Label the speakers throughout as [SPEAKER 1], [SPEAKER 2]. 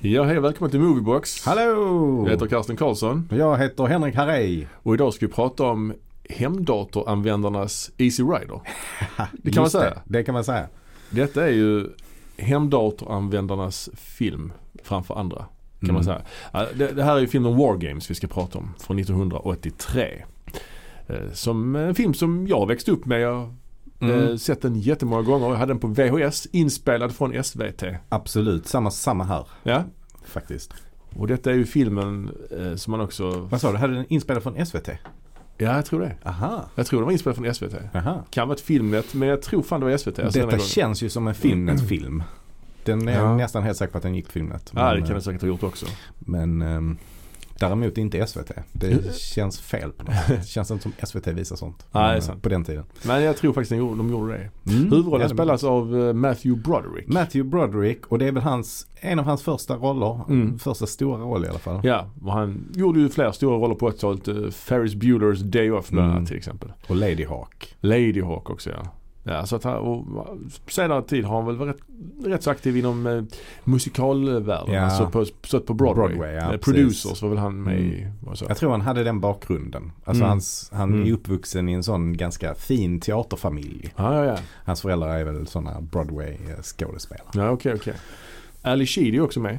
[SPEAKER 1] Ja, hej och välkommen till Moviebox.
[SPEAKER 2] Hallå!
[SPEAKER 1] Jag heter Karsten Karlsson
[SPEAKER 2] Och Jag heter Henrik Harrej.
[SPEAKER 1] och idag ska vi prata om hemdatoranvändarnas Easy Rider. Det
[SPEAKER 2] Just
[SPEAKER 1] kan man säga.
[SPEAKER 2] Det, det kan man säga.
[SPEAKER 1] Detta är ju hemdatoranvändarnas film framför andra. Kan
[SPEAKER 2] Mm.
[SPEAKER 1] man säga. Ja, Det, det här är ju filmen War Games vi ska prata om från 1983. Eh, Som en film som jag växte upp med. Jag har eh,
[SPEAKER 2] Mm.
[SPEAKER 1] sett den jättemånga gånger. Jag hade den på VHS inspelad från SVT.
[SPEAKER 2] Absolut, samma, samma här
[SPEAKER 1] Ja.
[SPEAKER 2] faktiskt.
[SPEAKER 1] Och detta är ju filmen eh, som man också...
[SPEAKER 2] Vad sa du, hade den inspelad från SVT?
[SPEAKER 1] Ja, jag tror det.
[SPEAKER 2] Aha.
[SPEAKER 1] Jag tror den var inspelad från SVT.
[SPEAKER 2] Aha.
[SPEAKER 1] Kan ha varit Filmnet men jag tror fan det var SVT. Alltså denna
[SPEAKER 2] Detta
[SPEAKER 1] gången.
[SPEAKER 2] känns ju som en Filmnet-film. Den är
[SPEAKER 1] Ja.
[SPEAKER 2] jag nästan helt säker på att den gick på Filmnet.
[SPEAKER 1] Ja det
[SPEAKER 2] Men,
[SPEAKER 1] kan det säkert ha gjort också.
[SPEAKER 2] men ehm, däremot inte SVT. Det känns fel på något sätt. Det känns inte som SVT visar sånt.
[SPEAKER 1] Nej, Mm. det är
[SPEAKER 2] Men,
[SPEAKER 1] sant.
[SPEAKER 2] På den tiden.
[SPEAKER 1] Men jag tror faktiskt de gjorde, de gjorde det.
[SPEAKER 2] Mm.
[SPEAKER 1] Huvudrollen
[SPEAKER 2] Ja, det-
[SPEAKER 1] spelas av eh, Matthew Broderick.
[SPEAKER 2] Matthew Broderick och det är väl hans, en av hans första roller.
[SPEAKER 1] Mm.
[SPEAKER 2] Första stora roll i alla fall.
[SPEAKER 1] ja, och han gjorde ju flera stora roller på 80-talet. Eh, Ferris Bueller's Day Off bland annat
[SPEAKER 2] Mm.
[SPEAKER 1] till exempel.
[SPEAKER 2] Och Lady Hawk.
[SPEAKER 1] Lady Hawk också ja. Ja, så att han, och senare tid har han väl varit rätt, rätt så aktiv inom eh, musikalvärlden.
[SPEAKER 2] Ja.
[SPEAKER 1] Alltså på, stött på Broadway.
[SPEAKER 2] Broadway, ja,
[SPEAKER 1] Eh,
[SPEAKER 2] precis. Mm.
[SPEAKER 1] Producers var väl han med i. och så.
[SPEAKER 2] Jag tror han hade den bakgrunden. Alltså
[SPEAKER 1] Mm.
[SPEAKER 2] hans, han
[SPEAKER 1] Mm.
[SPEAKER 2] är uppvuxen i en sån ganska fin teaterfamilj.
[SPEAKER 1] Ja, ja, ja.
[SPEAKER 2] Hans föräldrar är väl såna Broadway-skådespelare.
[SPEAKER 1] Ja, okej, okej. Ali Sheedy är också med.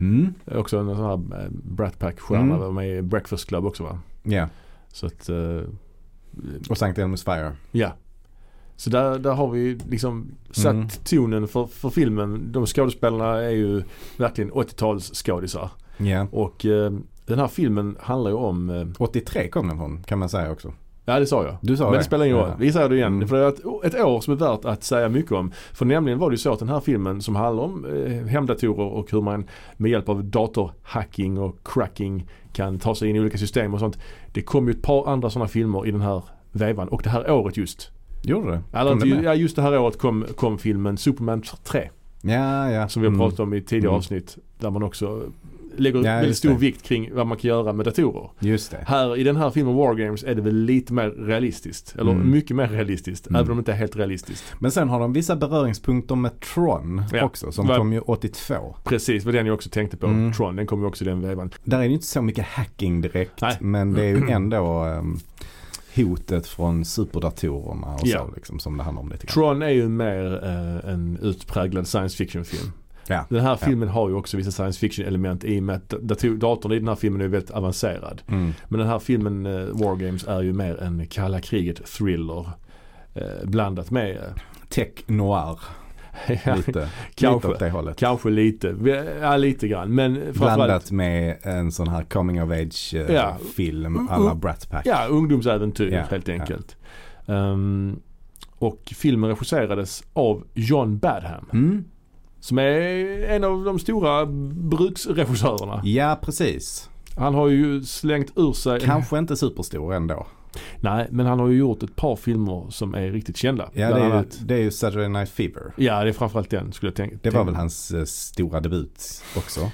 [SPEAKER 2] Mm.
[SPEAKER 1] Också en sån här eh, Brat Pack-stjärna.
[SPEAKER 2] Mm.
[SPEAKER 1] Var med i Breakfast Club också va?
[SPEAKER 2] Ja,
[SPEAKER 1] Så att, eh,
[SPEAKER 2] och Sankt Elmos Fire.
[SPEAKER 1] ja. Så där, där har vi ju liksom satt
[SPEAKER 2] Mm.
[SPEAKER 1] tonen för, för filmen. De skådespelarna är ju verkligen 80-talsskådisar.
[SPEAKER 2] Ja.
[SPEAKER 1] Och eh, den här filmen handlar ju om, eh,
[SPEAKER 2] 83 kom den från kan man säga också.
[SPEAKER 1] ja det sa jag.
[SPEAKER 2] Du sa
[SPEAKER 1] Men det
[SPEAKER 2] det
[SPEAKER 1] spelar ingen roll.
[SPEAKER 2] Ja.
[SPEAKER 1] Vi säger det igen.
[SPEAKER 2] Mm.
[SPEAKER 1] För det är ett, ett år som är värt att säga mycket om. För nämligen var det ju så att den här filmen som handlar om eh, hemdatorer och hur man med hjälp av datorhacking och cracking kan ta sig in i olika system och sånt. Det kom ju ett par andra sådana filmer i den här vevan och det här året just.
[SPEAKER 2] Gjorde det?
[SPEAKER 1] Eller,
[SPEAKER 2] Kom
[SPEAKER 1] inte
[SPEAKER 2] den
[SPEAKER 1] ju,
[SPEAKER 2] med?
[SPEAKER 1] ja, just det här året kom, kom filmen Superman 3
[SPEAKER 2] ja, ja.
[SPEAKER 1] som vi har
[SPEAKER 2] Mm.
[SPEAKER 1] pratat om i tidigare
[SPEAKER 2] Mm.
[SPEAKER 1] avsnitt. Där man också lägger
[SPEAKER 2] Ja,
[SPEAKER 1] väldigt
[SPEAKER 2] just
[SPEAKER 1] stor
[SPEAKER 2] det.
[SPEAKER 1] vikt kring vad man kan göra med datorer.
[SPEAKER 2] Just det.
[SPEAKER 1] Här i den här filmen War Games är det väl lite mer realistiskt. Eller
[SPEAKER 2] Mm.
[SPEAKER 1] mycket mer realistiskt.
[SPEAKER 2] Mm.
[SPEAKER 1] Även om det inte är helt realistiskt.
[SPEAKER 2] Men sen har de vissa beröringspunkter med Tron
[SPEAKER 1] Ja.
[SPEAKER 2] också som
[SPEAKER 1] Va-
[SPEAKER 2] kom ju 82.
[SPEAKER 1] Precis, vad den jag också tänkte på.
[SPEAKER 2] Mm.
[SPEAKER 1] Tron, den kommer ju också i den vevan.
[SPEAKER 2] Där är det ju inte så mycket hacking direkt.
[SPEAKER 1] Nej. Mm.
[SPEAKER 2] Men det är ju ändå ehm, hotet från superdatorerna och
[SPEAKER 1] Ja.
[SPEAKER 2] så liksom som det handlar om lite grann.
[SPEAKER 1] Tron är ju mer eh, en utpräglad science fiction film.
[SPEAKER 2] Ja.
[SPEAKER 1] Den här
[SPEAKER 2] Ja.
[SPEAKER 1] filmen har ju också vissa science fiction element i och med att dator, datorn i den här filmen är ju väldigt avancerad.
[SPEAKER 2] Mm.
[SPEAKER 1] Men den här filmen eh, War Games är ju mer en kalla kriget thriller. Eh, blandat med,
[SPEAKER 2] Tech noir
[SPEAKER 1] ja,
[SPEAKER 2] lite. lite
[SPEAKER 1] kanske,
[SPEAKER 2] åt det hållet.
[SPEAKER 1] kanske lite, ja lite grann. Men framförallt
[SPEAKER 2] Blandat med en sån här coming of age eh,
[SPEAKER 1] Ja.
[SPEAKER 2] film
[SPEAKER 1] Mm,
[SPEAKER 2] alla
[SPEAKER 1] mm.
[SPEAKER 2] Brat Pack.
[SPEAKER 1] Ja, ungdomsäventyr
[SPEAKER 2] Ja,
[SPEAKER 1] helt
[SPEAKER 2] ja.
[SPEAKER 1] enkelt. Ehm, och filmen regisserades av John Badham.
[SPEAKER 2] Mm.
[SPEAKER 1] Som är en av de stora bruksregissörerna.
[SPEAKER 2] Ja precis.
[SPEAKER 1] Han har ju slängt ur sig...
[SPEAKER 2] Kanske inte superstor ändå.
[SPEAKER 1] Nej, men han har ju gjort ett par filmer som är riktigt kända.
[SPEAKER 2] Ja
[SPEAKER 1] Bland
[SPEAKER 2] det är, ju,
[SPEAKER 1] annat-
[SPEAKER 2] det är ju Saturday Night Fever.
[SPEAKER 1] ja, det är framförallt den skulle jag tänka.
[SPEAKER 2] Det var
[SPEAKER 1] tänka-
[SPEAKER 2] väl hans eh, stora debut också.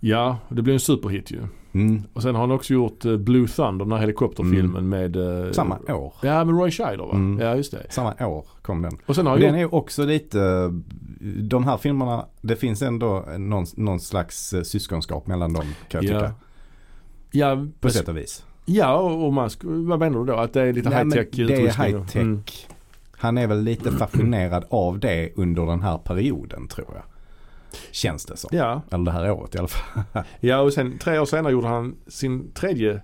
[SPEAKER 1] Ja, det blev en superhit ju.
[SPEAKER 2] Mm.
[SPEAKER 1] Och sen har han också gjort eh, Blue Thunder, den här helikopterfilmen med... eh,
[SPEAKER 2] Samma år.
[SPEAKER 1] Ja, med Roy Scheider va?
[SPEAKER 2] Mm.
[SPEAKER 1] Ja, just det.
[SPEAKER 2] Samma år kom den.
[SPEAKER 1] Och sen har
[SPEAKER 2] Och
[SPEAKER 1] han
[SPEAKER 2] den
[SPEAKER 1] gjort...
[SPEAKER 2] är ju också lite, eh, de här filmerna, det finns ändå någon, någon slags eh, syskonskap mellan dem kan jag tycka.
[SPEAKER 1] Ja, ja,
[SPEAKER 2] På sätt och vis.
[SPEAKER 1] Ja, och och man, sk- vad menar du då? Att det är lite
[SPEAKER 2] Nej, men
[SPEAKER 1] high-tech
[SPEAKER 2] Det
[SPEAKER 1] utrustning
[SPEAKER 2] är
[SPEAKER 1] då?
[SPEAKER 2] high tech.
[SPEAKER 1] Mm.
[SPEAKER 2] Han är väl lite fascinerad av det under den här perioden tror jag. Känns det som.
[SPEAKER 1] Ja.
[SPEAKER 2] Eller det här året i alla fall.
[SPEAKER 1] ja, och sen tre år senare gjorde han sin tredje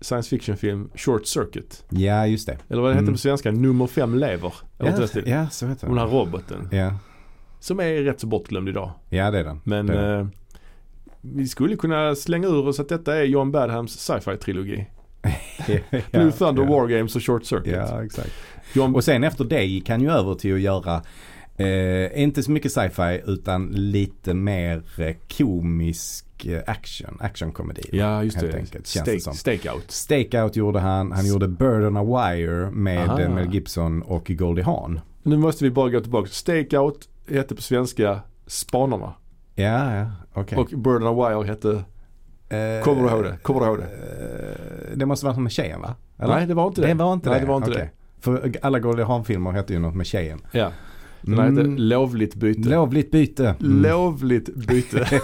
[SPEAKER 1] science fiction-film Short Circuit.
[SPEAKER 2] Ja, just det.
[SPEAKER 1] Eller vad det hette
[SPEAKER 2] Mm.
[SPEAKER 1] på svenska? Nummer fem lever. Eller något i den
[SPEAKER 2] Ja,
[SPEAKER 1] stilen.
[SPEAKER 2] ja så heter
[SPEAKER 1] Om den
[SPEAKER 2] den.
[SPEAKER 1] här roboten.
[SPEAKER 2] Ja.
[SPEAKER 1] Som är rätt så bortglömd idag.
[SPEAKER 2] ja, det är den.
[SPEAKER 1] Men
[SPEAKER 2] Det är
[SPEAKER 1] eh, vi skulle kunna slänga ur oss att detta är John Badhams sci-fi-trilogi.
[SPEAKER 2] ja,
[SPEAKER 1] Blue Thunder,
[SPEAKER 2] ja.
[SPEAKER 1] War Games och Short Circuit.
[SPEAKER 2] Ja, exakt.
[SPEAKER 1] John,
[SPEAKER 2] Och sen efter det gick han ju över till att göra Eh, inte så mycket sci-fi utan lite mer eh, komisk eh, action, actionkomedi.
[SPEAKER 1] ja, just
[SPEAKER 2] helt
[SPEAKER 1] det.
[SPEAKER 2] enkelt, känns det som.
[SPEAKER 1] Stakeout.
[SPEAKER 2] Stakeout gjorde han, han gjorde Bird on a Wire med
[SPEAKER 1] Aha.
[SPEAKER 2] eh, Mel Gibson och Goldie Hawn.
[SPEAKER 1] Nu måste vi bara gå tillbaka. Stakeout hette på svenska Spanarna.
[SPEAKER 2] Ja, ja, okej.
[SPEAKER 1] Och Bird on a Wire hette
[SPEAKER 2] Eh,
[SPEAKER 1] Kommer du ihåg det? Kommer du ihåg det?
[SPEAKER 2] eh, det måste vara med tjejen va? Eller?
[SPEAKER 1] Nej det var inte det.
[SPEAKER 2] det var inte
[SPEAKER 1] Nej,
[SPEAKER 2] det.
[SPEAKER 1] det var inte
[SPEAKER 2] Okej. För alla Goldie Hawn-filmer hette ju något med tjejen.
[SPEAKER 1] Mm. Ja. Den här hette Lovligt byte.
[SPEAKER 2] Lovligt byte. Mm.
[SPEAKER 1] Lovligt byte.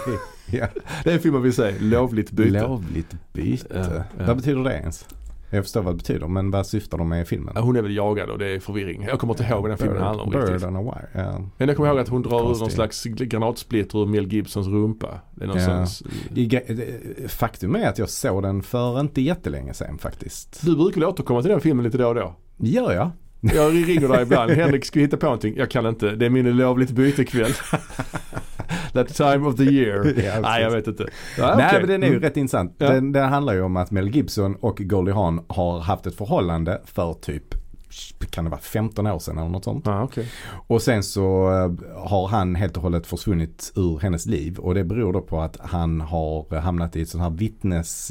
[SPEAKER 2] Ja.
[SPEAKER 1] Det är en film man vill se. Lovligt byte.
[SPEAKER 2] Lovligt byte.
[SPEAKER 1] Ja, ja.
[SPEAKER 2] Vad betyder det ens? Jag förstår vad det betyder men vad syftar de med i filmen?
[SPEAKER 1] Ja, Hon är väl jagad och det är förvirring. Jag kommer inte ihåg vad den filmen handlar om
[SPEAKER 2] Bird
[SPEAKER 1] riktigt.
[SPEAKER 2] on a wire. Ja.
[SPEAKER 1] Men jag kommer ihåg att hon drar ur någon
[SPEAKER 2] Konstigt.
[SPEAKER 1] slags granatsplitter ur Mel Gibsons rumpa. Det är någon
[SPEAKER 2] Ja.
[SPEAKER 1] sån-
[SPEAKER 2] I ge- det- Faktum är att jag såg den för inte jättelänge sedan faktiskt.
[SPEAKER 1] Du brukar väl återkomma till den filmen lite då och då?
[SPEAKER 2] Gör jag?
[SPEAKER 1] Jag ringer dig ibland. Henrik, ska vi hitta på någonting? Jag kan inte. Det är min lovligt bytekväll. That time of the year.
[SPEAKER 2] Ja,
[SPEAKER 1] Nej, jag vet inte. Ja,
[SPEAKER 2] Nej
[SPEAKER 1] okej.
[SPEAKER 2] men den är ju
[SPEAKER 1] Mm.
[SPEAKER 2] rätt intressant.
[SPEAKER 1] Ja.
[SPEAKER 2] Den, den handlar ju om att Mel Gibson och Goldie Hawn har haft ett förhållande för typ kan det vara 15 år sedan eller något sånt.
[SPEAKER 1] Ja, okej.
[SPEAKER 2] Och sen så eh, har han helt och hållet försvunnit ur hennes liv. Och det beror då på att han har hamnat i ett sånt här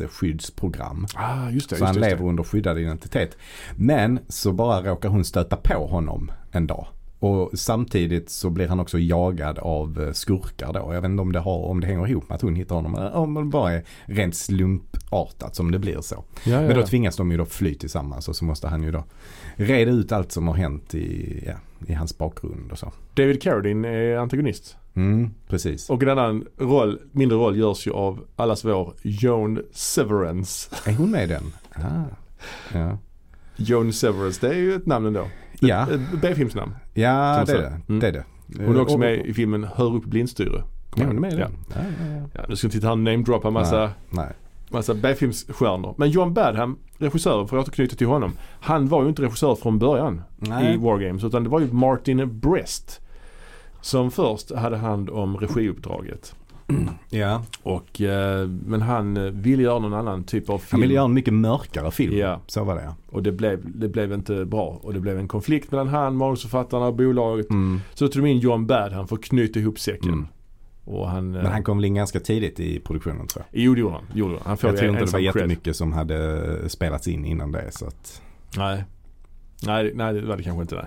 [SPEAKER 2] vittnesskyddsprogram.
[SPEAKER 1] Ah, just det.
[SPEAKER 2] Så
[SPEAKER 1] Just
[SPEAKER 2] han
[SPEAKER 1] det, just
[SPEAKER 2] lever under skyddad identitet. Men så bara råkar hon stöta på honom en dag. Och samtidigt så blir han också jagad av eh, skurkar då. Jag vet inte om det, har, om det hänger ihop med att hon hittar honom. eller Om det bara är rent slumpartat som det blir så.
[SPEAKER 1] det. Ja, ja,
[SPEAKER 2] Men då
[SPEAKER 1] ja.
[SPEAKER 2] tvingas de ju då fly tillsammans och så måste han ju då reda ut allt som har hänt i, ja, i hans bakgrund och så.
[SPEAKER 1] David Carradine är antagonist.
[SPEAKER 2] Mm, precis.
[SPEAKER 1] Och en annan roll, mindre roll görs ju av allas vår Joan Severance.
[SPEAKER 2] Är hon med i den? Ah. Ja,
[SPEAKER 1] Joan Severance, det är ju ett namn ändå.
[SPEAKER 2] ja,
[SPEAKER 1] Ett B-filmsnamn.
[SPEAKER 2] ja
[SPEAKER 1] Som
[SPEAKER 2] det är
[SPEAKER 1] så.
[SPEAKER 2] det.
[SPEAKER 1] Mm.
[SPEAKER 2] det, är det.
[SPEAKER 1] Hon är också
[SPEAKER 2] Och-
[SPEAKER 1] med i filmen Hör upp blindstyre.
[SPEAKER 2] Ja, hon är med i
[SPEAKER 1] Ja.
[SPEAKER 2] den. Ja, ja, ja.
[SPEAKER 1] Ja, nu ska vi inte han namedroppa en massa,
[SPEAKER 2] Nej.
[SPEAKER 1] massa B-filmsstjärnor. Men John Badham, regissören, för att återknyta till honom. Han var ju inte regissör från början i War Games. Utan det var ju Martin Brest. Som först hade hand om regiuppdraget.
[SPEAKER 2] Ja.
[SPEAKER 1] Och, eh, men han eh, ville göra någon annan typ av film.
[SPEAKER 2] Han ville göra en mycket mörkare film.
[SPEAKER 1] Ja.
[SPEAKER 2] Så var det ja.
[SPEAKER 1] Och det blev, det blev inte bra. Och det blev en konflikt mellan han, manusförfattarna och bolaget.
[SPEAKER 2] Mm.
[SPEAKER 1] Så tog de in John Badham för att knyta ihop säcken.
[SPEAKER 2] Mm.
[SPEAKER 1] Och han... eh,
[SPEAKER 2] Men han kom väl in ganska tidigt i produktionen tror jag.
[SPEAKER 1] Jo det gjorde han. Gjorde han. han får
[SPEAKER 2] Jag tror inte det
[SPEAKER 1] ensam
[SPEAKER 2] var
[SPEAKER 1] cred.
[SPEAKER 2] jättemycket som hade spelats in innan det. Så att,
[SPEAKER 1] Nej. Nej, det- nej det var det kanske inte. Nej.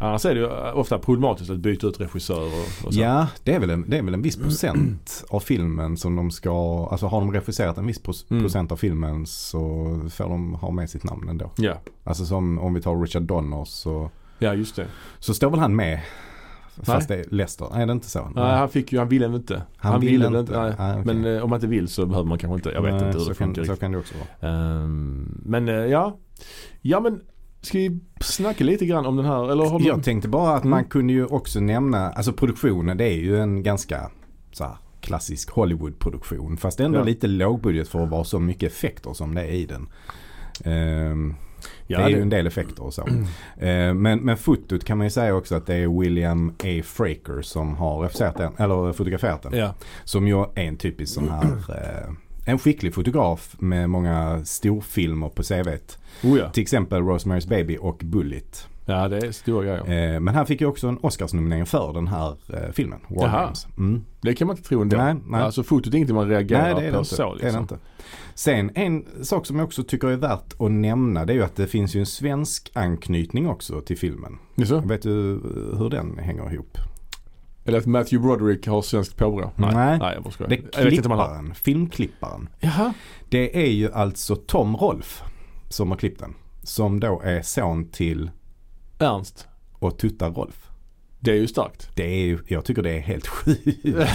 [SPEAKER 1] Annars är det ju eh, ofta problematiskt att byta ut regissörer och, och så.
[SPEAKER 2] ja, det är, väl en, det är väl en viss procent av filmen som de ska, alltså har de regisserat en viss pro-
[SPEAKER 1] Mm.
[SPEAKER 2] procent av filmen så får de ha med sitt namn ändå.
[SPEAKER 1] Ja.
[SPEAKER 2] Alltså som om vi tar Richard Donner så,
[SPEAKER 1] ja, just det.
[SPEAKER 2] så står väl han med. Fast det är Lester. Nej det är inte så.
[SPEAKER 1] Nej, han fick ju, han ville inte.
[SPEAKER 2] Han ville
[SPEAKER 1] väl
[SPEAKER 2] inte.
[SPEAKER 1] nej.
[SPEAKER 2] Ah, okej.
[SPEAKER 1] Men eh, om man inte vill så behöver man kanske inte. Jag vet
[SPEAKER 2] Nej,
[SPEAKER 1] inte hur
[SPEAKER 2] så
[SPEAKER 1] det
[SPEAKER 2] kan,
[SPEAKER 1] funkar
[SPEAKER 2] så
[SPEAKER 1] riktigt.
[SPEAKER 2] kan det också vara.
[SPEAKER 1] Ehm, men eh, ja. Ja men ska vi snacka lite grann om den här? Eller har du...
[SPEAKER 2] Jag tänkte bara att man
[SPEAKER 1] Mm.
[SPEAKER 2] kunde ju också nämna, alltså produktionen det är ju en ganska så här, klassisk Hollywood-produktion. Fast ändå
[SPEAKER 1] Ja.
[SPEAKER 2] lite lågbudget för att vara så mycket effekter som det är i den. Ehm,
[SPEAKER 1] ja,
[SPEAKER 2] det är
[SPEAKER 1] det- Mm.
[SPEAKER 2] ju en del effekter och så. Ehm, men, men fotot kan man ju säga också att det är William A. Fraker som har regisserat den, eller fotograferat den.
[SPEAKER 1] Ja.
[SPEAKER 2] Som ju är en typisk sån här, eh, en skicklig fotograf med många storfilmer på CVt.
[SPEAKER 1] Oh, ja.
[SPEAKER 2] Till exempel Rosemary's Baby och Bullet.
[SPEAKER 1] ja, det är stora grejer.
[SPEAKER 2] Eh, Men han fick ju också en Oscarsnominering för den här eh, filmen. War
[SPEAKER 1] Jaha.
[SPEAKER 2] Games. Mm.
[SPEAKER 1] Det kan man inte tro ändå.
[SPEAKER 2] Nej, nej.
[SPEAKER 1] Alltså fotot är ingenting man reagerar
[SPEAKER 2] Nej, det är
[SPEAKER 1] på
[SPEAKER 2] det, inte.
[SPEAKER 1] så
[SPEAKER 2] det är det
[SPEAKER 1] liksom.
[SPEAKER 2] inte. Sen en sak som jag också tycker är värt att nämna det är ju att det finns ju en svensk anknytning också till filmen.
[SPEAKER 1] Det är så?
[SPEAKER 2] Vet du eh, hur den hänger ihop?
[SPEAKER 1] Eller att Matthew Broderick har svenskt påbrå?
[SPEAKER 2] Nej.
[SPEAKER 1] Nej, jag bara skojar.
[SPEAKER 2] Det
[SPEAKER 1] jag
[SPEAKER 2] är
[SPEAKER 1] vet inte om han har.
[SPEAKER 2] klipparen, filmklipparen.
[SPEAKER 1] Jaha.
[SPEAKER 2] Det är ju alltså Tom Rolf som har klippt den. Som då är son till
[SPEAKER 1] Ernst.
[SPEAKER 2] och Tutta Rolf.
[SPEAKER 1] Det är ju starkt.
[SPEAKER 2] Det är ju, jag tycker det är helt sjukt.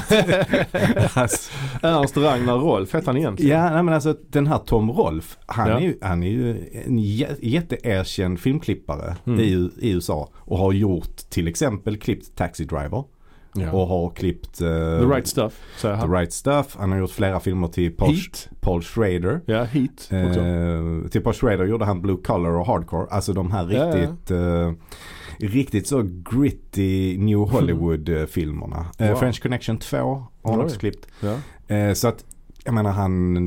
[SPEAKER 2] alltså,
[SPEAKER 1] Ernst Ragnar Rolf hette han egentligen.
[SPEAKER 2] Ja, nej, men alltså den här Tom Rolf, han,
[SPEAKER 1] Ja.
[SPEAKER 2] är, ju, han är ju en jä- jätteerkänd filmklippare
[SPEAKER 1] Mm.
[SPEAKER 2] i, U- i USA. Och har gjort till exempel klippt Taxi Driver.
[SPEAKER 1] Ja.
[SPEAKER 2] Och har klippt eh,
[SPEAKER 1] The Right Stuff, säger
[SPEAKER 2] The
[SPEAKER 1] han.
[SPEAKER 2] Right Stuff. Han har gjort flera filmer till Paul,
[SPEAKER 1] Heat.
[SPEAKER 2] Paul Schrader.
[SPEAKER 1] Ja, Heat också.
[SPEAKER 2] Eh, till Paul Schrader gjorde han Blue Collar och Hardcore. Alltså de här
[SPEAKER 1] Ja, ja.
[SPEAKER 2] riktigt, eh, riktigt så gritty New Hollywood-filmerna. Eh,
[SPEAKER 1] Wow.
[SPEAKER 2] French Connection 2 har han
[SPEAKER 1] Oj.
[SPEAKER 2] också klippt.
[SPEAKER 1] Ja.
[SPEAKER 2] Eh, så att, jag menar han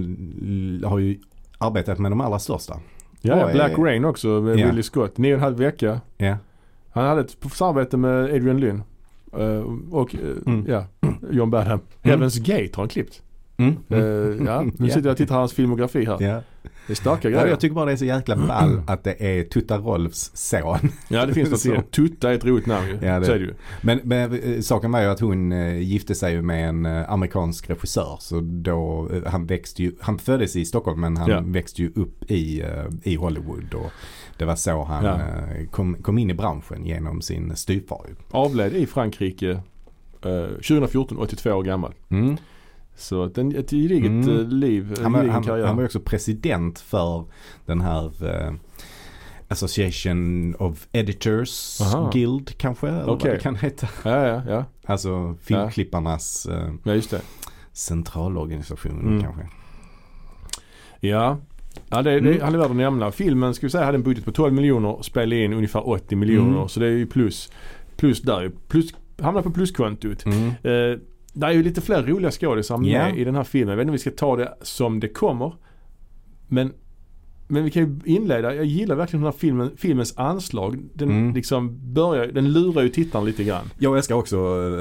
[SPEAKER 2] l- har ju arbetat med de allra största.
[SPEAKER 1] Ja, ja,
[SPEAKER 2] Oj.
[SPEAKER 1] Black Rain också med
[SPEAKER 2] eh, Ja.
[SPEAKER 1] Willie Scott. Nio och en halv vecka.
[SPEAKER 2] Ja.
[SPEAKER 1] Han hade ett samarbete med Adrian Lynn. Eh, och eh,
[SPEAKER 2] Mm.
[SPEAKER 1] ja, John Badham. Heaven's Gate har han klippt.
[SPEAKER 2] Mm.
[SPEAKER 1] Eh,
[SPEAKER 2] Mm.
[SPEAKER 1] ja, nu
[SPEAKER 2] Ja.
[SPEAKER 1] sitter jag och tittar på hans filmografi här.
[SPEAKER 2] Ja.
[SPEAKER 1] Det är starka
[SPEAKER 2] Ja,
[SPEAKER 1] grejer.
[SPEAKER 2] jag tycker bara det är så jäkla
[SPEAKER 1] Mm.
[SPEAKER 2] ball att det är Tutta Rolfs son.
[SPEAKER 1] ja, det finns något i
[SPEAKER 2] Så.
[SPEAKER 1] det. Tutta är ett roligt namn ju.
[SPEAKER 2] typ- Ja, det-
[SPEAKER 1] Så är det ju.
[SPEAKER 2] Men, men eh, saken var ju att hon eh, gifte sig ju med en eh, amerikansk regissör. Så då, eh, han växte ju, han föddes i Stockholm men han
[SPEAKER 1] Ja.
[SPEAKER 2] växte ju upp i, eh, i Hollywood. Och det var så han
[SPEAKER 1] Ja.
[SPEAKER 2] eh, kom, kom in i branschen genom sin styvfar ju.
[SPEAKER 1] Avled i Frankrike eh, 2014, 82 år gammal. Så ett, ett gediget
[SPEAKER 2] Mm.
[SPEAKER 1] eh, liv, en
[SPEAKER 2] Han, var-
[SPEAKER 1] gedigen
[SPEAKER 2] han,
[SPEAKER 1] karriär.
[SPEAKER 2] han var ju också president för den här eh, Association of Editors
[SPEAKER 1] Aha.
[SPEAKER 2] Guild kanske. Eller
[SPEAKER 1] Okej.
[SPEAKER 2] vad det kan heta.
[SPEAKER 1] ja, ja, ja.
[SPEAKER 2] Alltså filmklipparnas eh,
[SPEAKER 1] ja, just det.
[SPEAKER 2] centralorganisation
[SPEAKER 1] Mm.
[SPEAKER 2] kanske.
[SPEAKER 1] Ja. Ja, det, det,
[SPEAKER 2] Mm.
[SPEAKER 1] han är värd att nämna. Filmen skulle säga hade en budget på 12 miljoner, spelade in ungefär 80 miljoner.
[SPEAKER 2] Mm.
[SPEAKER 1] Så det är ju plus. Plus där ju. Plus, hamnar på pluskontot.
[SPEAKER 2] Mm.
[SPEAKER 1] Eh, det är ju lite fler roliga skådisar med
[SPEAKER 2] Ja.
[SPEAKER 1] i den här filmen. Jag vet inte om vi ska ta det som det kommer. Men, men vi kan ju inleda. Jag gillar verkligen den här filmen, filmens anslag. Den,
[SPEAKER 2] Mm.
[SPEAKER 1] liksom börjar, den lurar ju tittaren lite grann.
[SPEAKER 2] Jag älskar också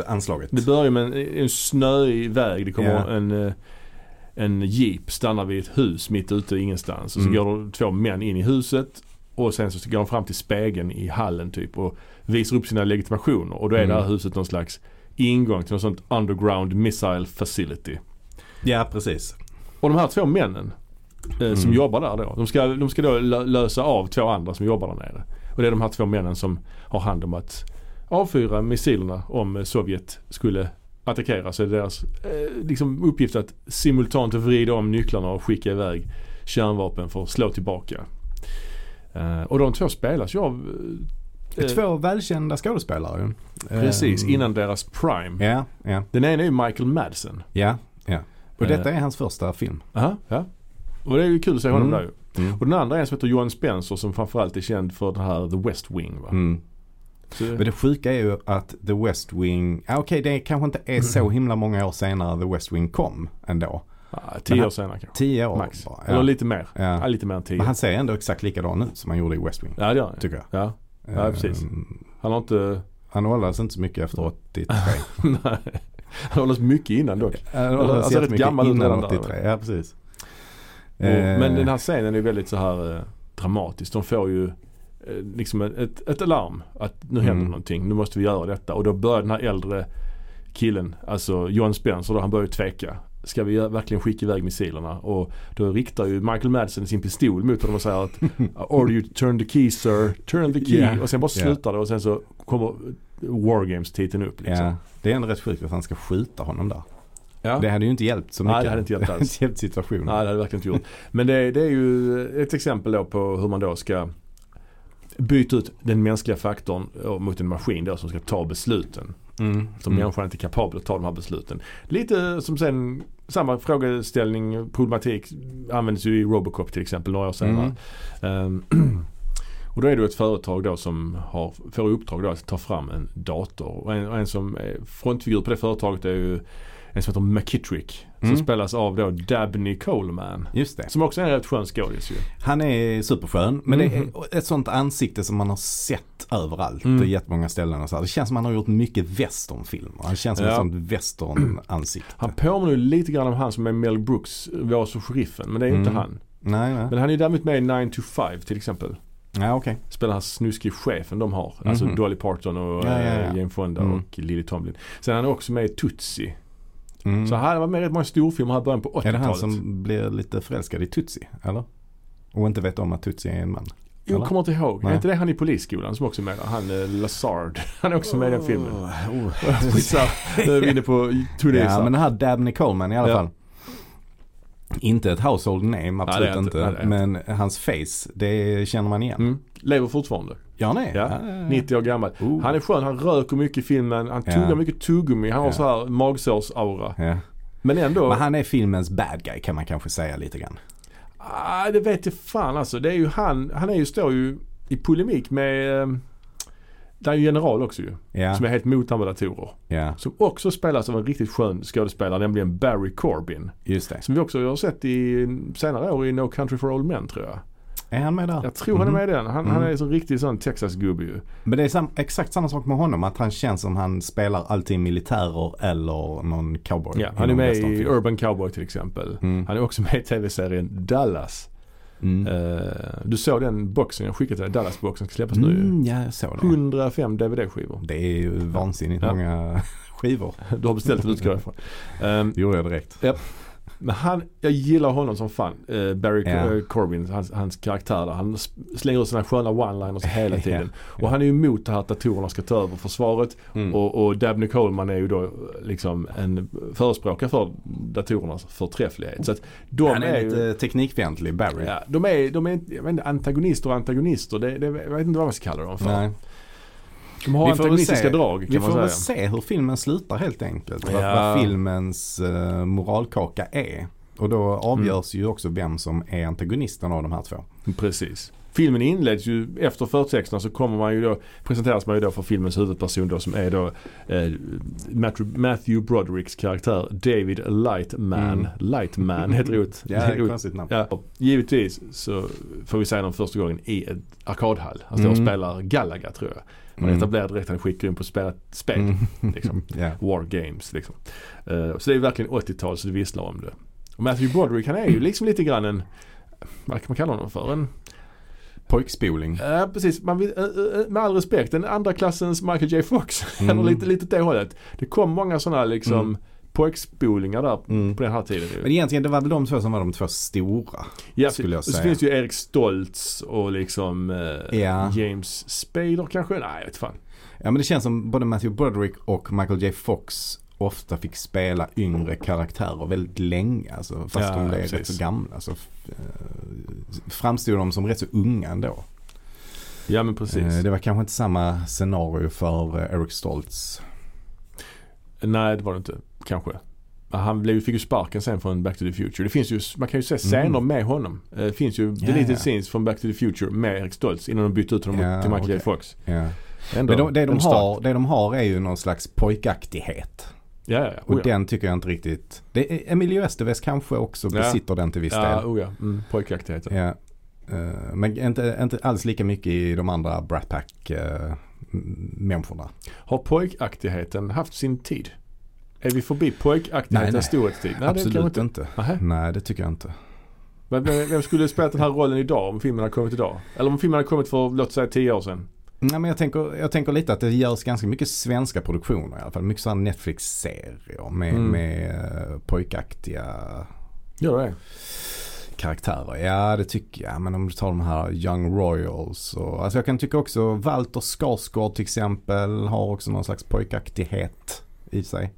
[SPEAKER 2] eh, anslaget.
[SPEAKER 1] Det börjar med en, en snöig väg. Det kommer
[SPEAKER 2] Ja.
[SPEAKER 1] en, eh, en jeep stannar vid ett hus mitt ute i ingenstans. Och så
[SPEAKER 2] Mm.
[SPEAKER 1] går det två män in i huset. Och sen så går de fram till spegeln i hallen typ och visar upp sina legitimationer. Och då är
[SPEAKER 2] Mm.
[SPEAKER 1] det här huset någon slags ingång till något sånt underground missile facility.
[SPEAKER 2] Ja, precis.
[SPEAKER 1] Och de här två männen eh, som
[SPEAKER 2] Mm.
[SPEAKER 1] jobbar där då. De ska, de ska då lö- lösa av två andra som jobbar där nere. Och det är de här två männen som har hand om att avfyra missilerna om eh, Sovjet skulle attackera. Så det är deras eh, liksom uppgift att simultant vrida om nycklarna och skicka iväg kärnvapen för att slå tillbaka. Eh, och de två spelas ju av eh, eh,
[SPEAKER 2] Två välkända skådespelare.
[SPEAKER 1] precis
[SPEAKER 2] Eh,
[SPEAKER 1] innan deras prime.
[SPEAKER 2] Ja, ja,
[SPEAKER 1] Den ena är ju Michael Madsen.
[SPEAKER 2] ja. ja. Och
[SPEAKER 1] Eh.
[SPEAKER 2] detta är hans första film.
[SPEAKER 1] Aha, ja. Och det är ju kul att se honom
[SPEAKER 2] Mm.
[SPEAKER 1] där ju. Och den andra är en som heter John Spencer som framförallt är känd för det här The West Wing. Va?
[SPEAKER 2] Mm.
[SPEAKER 1] Så,
[SPEAKER 2] Men det sjuka är ju att The West Wing, ah, okej det kanske inte är så himla många år senare The West Wing kom ändå.
[SPEAKER 1] ja, tio
[SPEAKER 2] men
[SPEAKER 1] år senare kanske.
[SPEAKER 2] Tio år
[SPEAKER 1] Max.
[SPEAKER 2] bara.
[SPEAKER 1] Eller
[SPEAKER 2] Ja.
[SPEAKER 1] lite mer. Ja,
[SPEAKER 2] Ja.
[SPEAKER 1] lite mer än tio.
[SPEAKER 2] Men han ser ändå exakt likadan ut som han gjorde i West Wing,
[SPEAKER 1] Ja det gör han. ju.
[SPEAKER 2] tycker jag.
[SPEAKER 1] Ja, Ja,
[SPEAKER 2] Eh,
[SPEAKER 1] precis. han har inte...
[SPEAKER 2] Han åldras inte så mycket efter 83.
[SPEAKER 1] Ah, Nej. Han håller sig mycket innan dock.
[SPEAKER 2] Han
[SPEAKER 1] Eller, han
[SPEAKER 2] åldras
[SPEAKER 1] ser rätt
[SPEAKER 2] jättemycket
[SPEAKER 1] gammal ut redan
[SPEAKER 2] innan
[SPEAKER 1] där,
[SPEAKER 2] 83. Ja, precis.
[SPEAKER 1] Och, men
[SPEAKER 2] Eh,
[SPEAKER 1] den här scenen är väldigt så här eh, dramatisk. De får ju eh, liksom ett, ett alarm att nu händer
[SPEAKER 2] Mm.
[SPEAKER 1] någonting. Nu måste vi göra detta. Och då börjar den här äldre killen, alltså John Spencer då, han börjar ju tveka. Ska vi gö- verkligen skicka iväg missilerna? Och då riktar ju Michael Madsen sin pistol mot honom och säger att Order you to turn the key sir, turn the key.
[SPEAKER 2] Yeah.
[SPEAKER 1] Och sen bara
[SPEAKER 2] Yeah.
[SPEAKER 1] slutar det och sen så kommer Wargames-titeln upp liksom.
[SPEAKER 2] Ehm, ja, det är ändå rätt sjukt att han ska skjuta honom där.
[SPEAKER 1] Ja.
[SPEAKER 2] Det hade ju inte hjälpt så mycket.
[SPEAKER 1] Nej det hade inte hjälpt alls.
[SPEAKER 2] inte hjälpt situationen.
[SPEAKER 1] Mm. Nej, det hade jag verkligen inte gjort. Men det, det är ju ett exempel då på hur man då ska byta ut den mänskliga faktorn eh, mot en maskin då som ska ta besluten.
[SPEAKER 2] Mm.
[SPEAKER 1] Som människan inte är kapabel att ta de här besluten. Lite som sen, samma frågeställning, problematik användes ju i Robocop till exempel några år senare.
[SPEAKER 2] Mm.
[SPEAKER 1] Ehm, och då är det ett företag då som har, får i uppdrag då att ta fram en dator. Och en, och en som är frontfigur på det företaget är ju en som heter McKittrick. Som
[SPEAKER 2] Mm.
[SPEAKER 1] spelas av då Dabney Coleman.
[SPEAKER 2] Just det.
[SPEAKER 1] Som också är en rätt skön skådis ju.
[SPEAKER 2] Han är superskön. Men
[SPEAKER 1] Mhm.
[SPEAKER 2] det är ett sånt ansikte som man har sett överallt.
[SPEAKER 1] Mm.
[SPEAKER 2] Det är jättemånga ställen och så här. Det känns som han har gjort mycket westernfilmer. Han känns som
[SPEAKER 1] Ja.
[SPEAKER 2] ett sånt westernansikte.
[SPEAKER 1] Han påminner ju lite grann om han som är Mel Brooks, Vas och Sheriffen. Men det är ju inte
[SPEAKER 2] Mm.
[SPEAKER 1] han.
[SPEAKER 2] Nej, nej.
[SPEAKER 1] Men han är ju däremot med i 9 to 5 till exempel.
[SPEAKER 2] Ja, okej.
[SPEAKER 1] Spelar han snuskig chefen de har. Alltså
[SPEAKER 2] Mhm.
[SPEAKER 1] Dolly Parton och
[SPEAKER 2] Ja, ja, ja.
[SPEAKER 1] eh, Jane Fonda
[SPEAKER 2] Mm.
[SPEAKER 1] och Lily Tomlin. Sen är han också med i Tootsie.
[SPEAKER 2] Mm.
[SPEAKER 1] Så han var med i rätt många storfilmer här i början på 80-talet.
[SPEAKER 2] Är det han som blir lite förälskad i Tutsi? Eller? Och inte vet om att Tutsi är en man?
[SPEAKER 1] Jag
[SPEAKER 2] eller?
[SPEAKER 1] kommer inte ihåg. Är
[SPEAKER 2] Nej.
[SPEAKER 1] inte det han i Polisskolan som också är med där? Han eh, Lazard. Han är också med i den filmen.
[SPEAKER 2] Oh.
[SPEAKER 1] Skitsamma. Nu är vi inne på turnéer.
[SPEAKER 2] Ja men den här Dabney Coleman i alla
[SPEAKER 1] Ja.
[SPEAKER 2] fall. Inte ett household name,
[SPEAKER 1] det
[SPEAKER 2] absolut
[SPEAKER 1] är inte.
[SPEAKER 2] inte.
[SPEAKER 1] Nej, det är
[SPEAKER 2] men hans face, det känner man igen.
[SPEAKER 1] mm. Lever fortfarande.
[SPEAKER 2] Ja, nej.
[SPEAKER 1] Ja. 90 år gammal.
[SPEAKER 2] Oh.
[SPEAKER 1] Han är skön, han röker mycket i filmen, han
[SPEAKER 2] Ja.
[SPEAKER 1] tuggar mycket tuggummi, han har
[SPEAKER 2] Ja.
[SPEAKER 1] så här magsårs-aura.
[SPEAKER 2] Ja.
[SPEAKER 1] Men ändå,
[SPEAKER 2] Men han är filmens bad guy kan man kanske säga lite grann.
[SPEAKER 1] ah, det vet jag fan alltså. Det är ju han, han är ju, står ju i polemik med, eh, där är ju general också ju.
[SPEAKER 2] Ja,
[SPEAKER 1] Som är helt mot andra datorer.
[SPEAKER 2] ja
[SPEAKER 1] Som också spelas av en riktigt skön skådespelare, nämligen Barry Corbin.
[SPEAKER 2] just det.
[SPEAKER 1] Som vi också har sett i senare år i No Country for Old Men tror jag.
[SPEAKER 2] Är han med där?
[SPEAKER 1] Jag tror han är med i den. Han,
[SPEAKER 2] Mhm.
[SPEAKER 1] han är en sån riktig sån Texas-gubbe ju.
[SPEAKER 2] Men det är sam- exakt samma sak med honom. Att han känns som han spelar alltid militärer eller någon cowboy.
[SPEAKER 1] Ja,
[SPEAKER 2] i
[SPEAKER 1] han är
[SPEAKER 2] någon
[SPEAKER 1] med i
[SPEAKER 2] westernfilm.
[SPEAKER 1] Urban Cowboy till exempel.
[SPEAKER 2] Mm.
[SPEAKER 1] Han är också med i tv-serien Dallas.
[SPEAKER 2] Mm.
[SPEAKER 1] Eh, du såg den boxen jag skickade till dig, Dallas-boxen ska släppas nu ju.
[SPEAKER 2] Mm, ja, jag såg det.
[SPEAKER 1] 105 DVD-skivor.
[SPEAKER 2] Det är ju vansinnigt
[SPEAKER 1] Ja.
[SPEAKER 2] många skivor.
[SPEAKER 1] Du har beställt en utgåva ifrån. Ehm,
[SPEAKER 2] Det gjorde jag direkt.
[SPEAKER 1] Japp. Men han, jag gillar honom som fan. Eh, Barry
[SPEAKER 2] Ja.
[SPEAKER 1] Cor- eh, Corbin, hans, hans karaktär där. Han s- slänger ut sina sköna one-liners hela
[SPEAKER 2] Ja,
[SPEAKER 1] tiden.
[SPEAKER 2] ja.
[SPEAKER 1] Och han är ju emot det här att datorerna ska ta över försvaret.
[SPEAKER 2] Mm.
[SPEAKER 1] Och, och Dabney Coleman är ju då liksom en förespråkare för datorernas förträfflighet. Så att de
[SPEAKER 2] Han är,
[SPEAKER 1] ju-
[SPEAKER 2] lite teknikfientlig, Barry.
[SPEAKER 1] Ja, de är, de är jag vet inte, antagonister och antagonister. Det, det, jag vet inte vad man ska kalla dem för.
[SPEAKER 2] Nej.
[SPEAKER 1] De har
[SPEAKER 2] Vi får väl
[SPEAKER 1] antagonistiska
[SPEAKER 2] se.
[SPEAKER 1] drag kan
[SPEAKER 2] Vi
[SPEAKER 1] man
[SPEAKER 2] får
[SPEAKER 1] säga.
[SPEAKER 2] väl se hur filmen slutar helt enkelt. Vad,
[SPEAKER 1] Ja.
[SPEAKER 2] vad filmens eh, moralkaka är. Och då avgörs
[SPEAKER 1] Mm.
[SPEAKER 2] ju också vem som är antagonisten av de här två.
[SPEAKER 1] Precis. Filmen inleds ju efter förtexterna så kommer man ju då, presenteras man ju då för filmens huvudperson då som är då eh, Matthew- Matthew Brodericks karaktär David Lightman.
[SPEAKER 2] Mm.
[SPEAKER 1] Lightman heter det.
[SPEAKER 2] Ja, det är ett konstigt namn.
[SPEAKER 1] Ja, och givetvis så får vi se honom första gången i en arkadhall. Han står och
[SPEAKER 2] Mm.
[SPEAKER 1] spelar Galaga tror jag. Man
[SPEAKER 2] Mm.
[SPEAKER 1] etablerar direkt att han är skitgrym på att spela ett spel.
[SPEAKER 2] Mm.
[SPEAKER 1] Liksom.
[SPEAKER 2] Ja.
[SPEAKER 1] War Games liksom. Eh, så det är verkligen 80-tal så det visslar om det. Och Matthew Broderick han är ju liksom lite grann en, vad kan man kalla honom för? En
[SPEAKER 2] Pojkspoling.
[SPEAKER 1] Ja precis, man vill, eh, eh, med all respekt, en andra klassens Michael J Fox.
[SPEAKER 2] Mm.
[SPEAKER 1] Eller lite, lite åt det hållet. Det kom många sådana liksom
[SPEAKER 2] Mm.
[SPEAKER 1] pojkspolingar där
[SPEAKER 2] Mm.
[SPEAKER 1] på den här tiden.
[SPEAKER 2] Men egentligen det var väl de två som var de två stora.
[SPEAKER 1] ja,
[SPEAKER 2] skulle jag
[SPEAKER 1] och så
[SPEAKER 2] säga.
[SPEAKER 1] finns det ju Erik Stoltz och liksom eh,
[SPEAKER 2] Ja.
[SPEAKER 1] James Spader kanske? Nej jag vet fan.
[SPEAKER 2] Ja men det känns som både Matthew Broderick och Michael J Fox ofta fick spela yngre karaktärer väldigt länge. Alltså, fast
[SPEAKER 1] Ja,
[SPEAKER 2] de blev
[SPEAKER 1] precis.
[SPEAKER 2] rätt så gamla. Så, eh, framstod de som rätt så unga ändå.
[SPEAKER 1] Ja men precis.
[SPEAKER 2] Eh, Det var kanske inte samma scenario för eh, Eric Stoltz.
[SPEAKER 1] Nej det var det inte, kanske. Men Han blev, fick ju sparken sen från Back to the Future. Det finns ju, man kan ju se scener
[SPEAKER 2] Mm.
[SPEAKER 1] med honom. Eh, Det finns ju deleted
[SPEAKER 2] ja.
[SPEAKER 1] scenes från Back to the Future med Erik Stoltz innan de bytte ut honom
[SPEAKER 2] Ja,
[SPEAKER 1] till Michael J
[SPEAKER 2] okej.
[SPEAKER 1] Fox.
[SPEAKER 2] Ja.
[SPEAKER 1] Ändå
[SPEAKER 2] Men de, det, de
[SPEAKER 1] en start.
[SPEAKER 2] har, det de har är ju någon slags pojkaktighet.
[SPEAKER 1] Ja, ja, ja.
[SPEAKER 2] Och
[SPEAKER 1] Oh, ja.
[SPEAKER 2] den tycker jag inte riktigt. Det är, Emilio Estevez kanske också
[SPEAKER 1] Ja.
[SPEAKER 2] besitter den till viss
[SPEAKER 1] Ja,
[SPEAKER 2] del.
[SPEAKER 1] oh ja. Mm, pojkaktigheten.
[SPEAKER 2] Ja. Eh, Men inte, inte alls lika mycket i de andra Brat Pack eh, m- människorna.
[SPEAKER 1] Har pojkaktigheten haft sin tid? Är vi förbi pojkaktighetens
[SPEAKER 2] Nej, nej.
[SPEAKER 1] storhetstid? Nej, det kan
[SPEAKER 2] Absolut
[SPEAKER 1] vi
[SPEAKER 2] inte.
[SPEAKER 1] inte. Nähä.
[SPEAKER 2] Nej, det tycker jag inte.
[SPEAKER 1] Men vem, vem skulle spela den här rollen idag om filmen hade kommit idag? Eller om filmen hade kommit för låt säga 10 år sedan?
[SPEAKER 2] Nej, men jag, tänker, jag tänker lite att det görs ganska mycket svenska produktioner i alla fall. Mycket sådana Netflix-serier med,
[SPEAKER 1] Mm.
[SPEAKER 2] med eh, pojkaktiga
[SPEAKER 1] Gör det?
[SPEAKER 2] karaktärer. Ja, det tycker jag. Men om du tar de här Young Royals och, alltså jag kan tycka också Walter Skarsgård till exempel har också någon slags pojkaktighet i sig.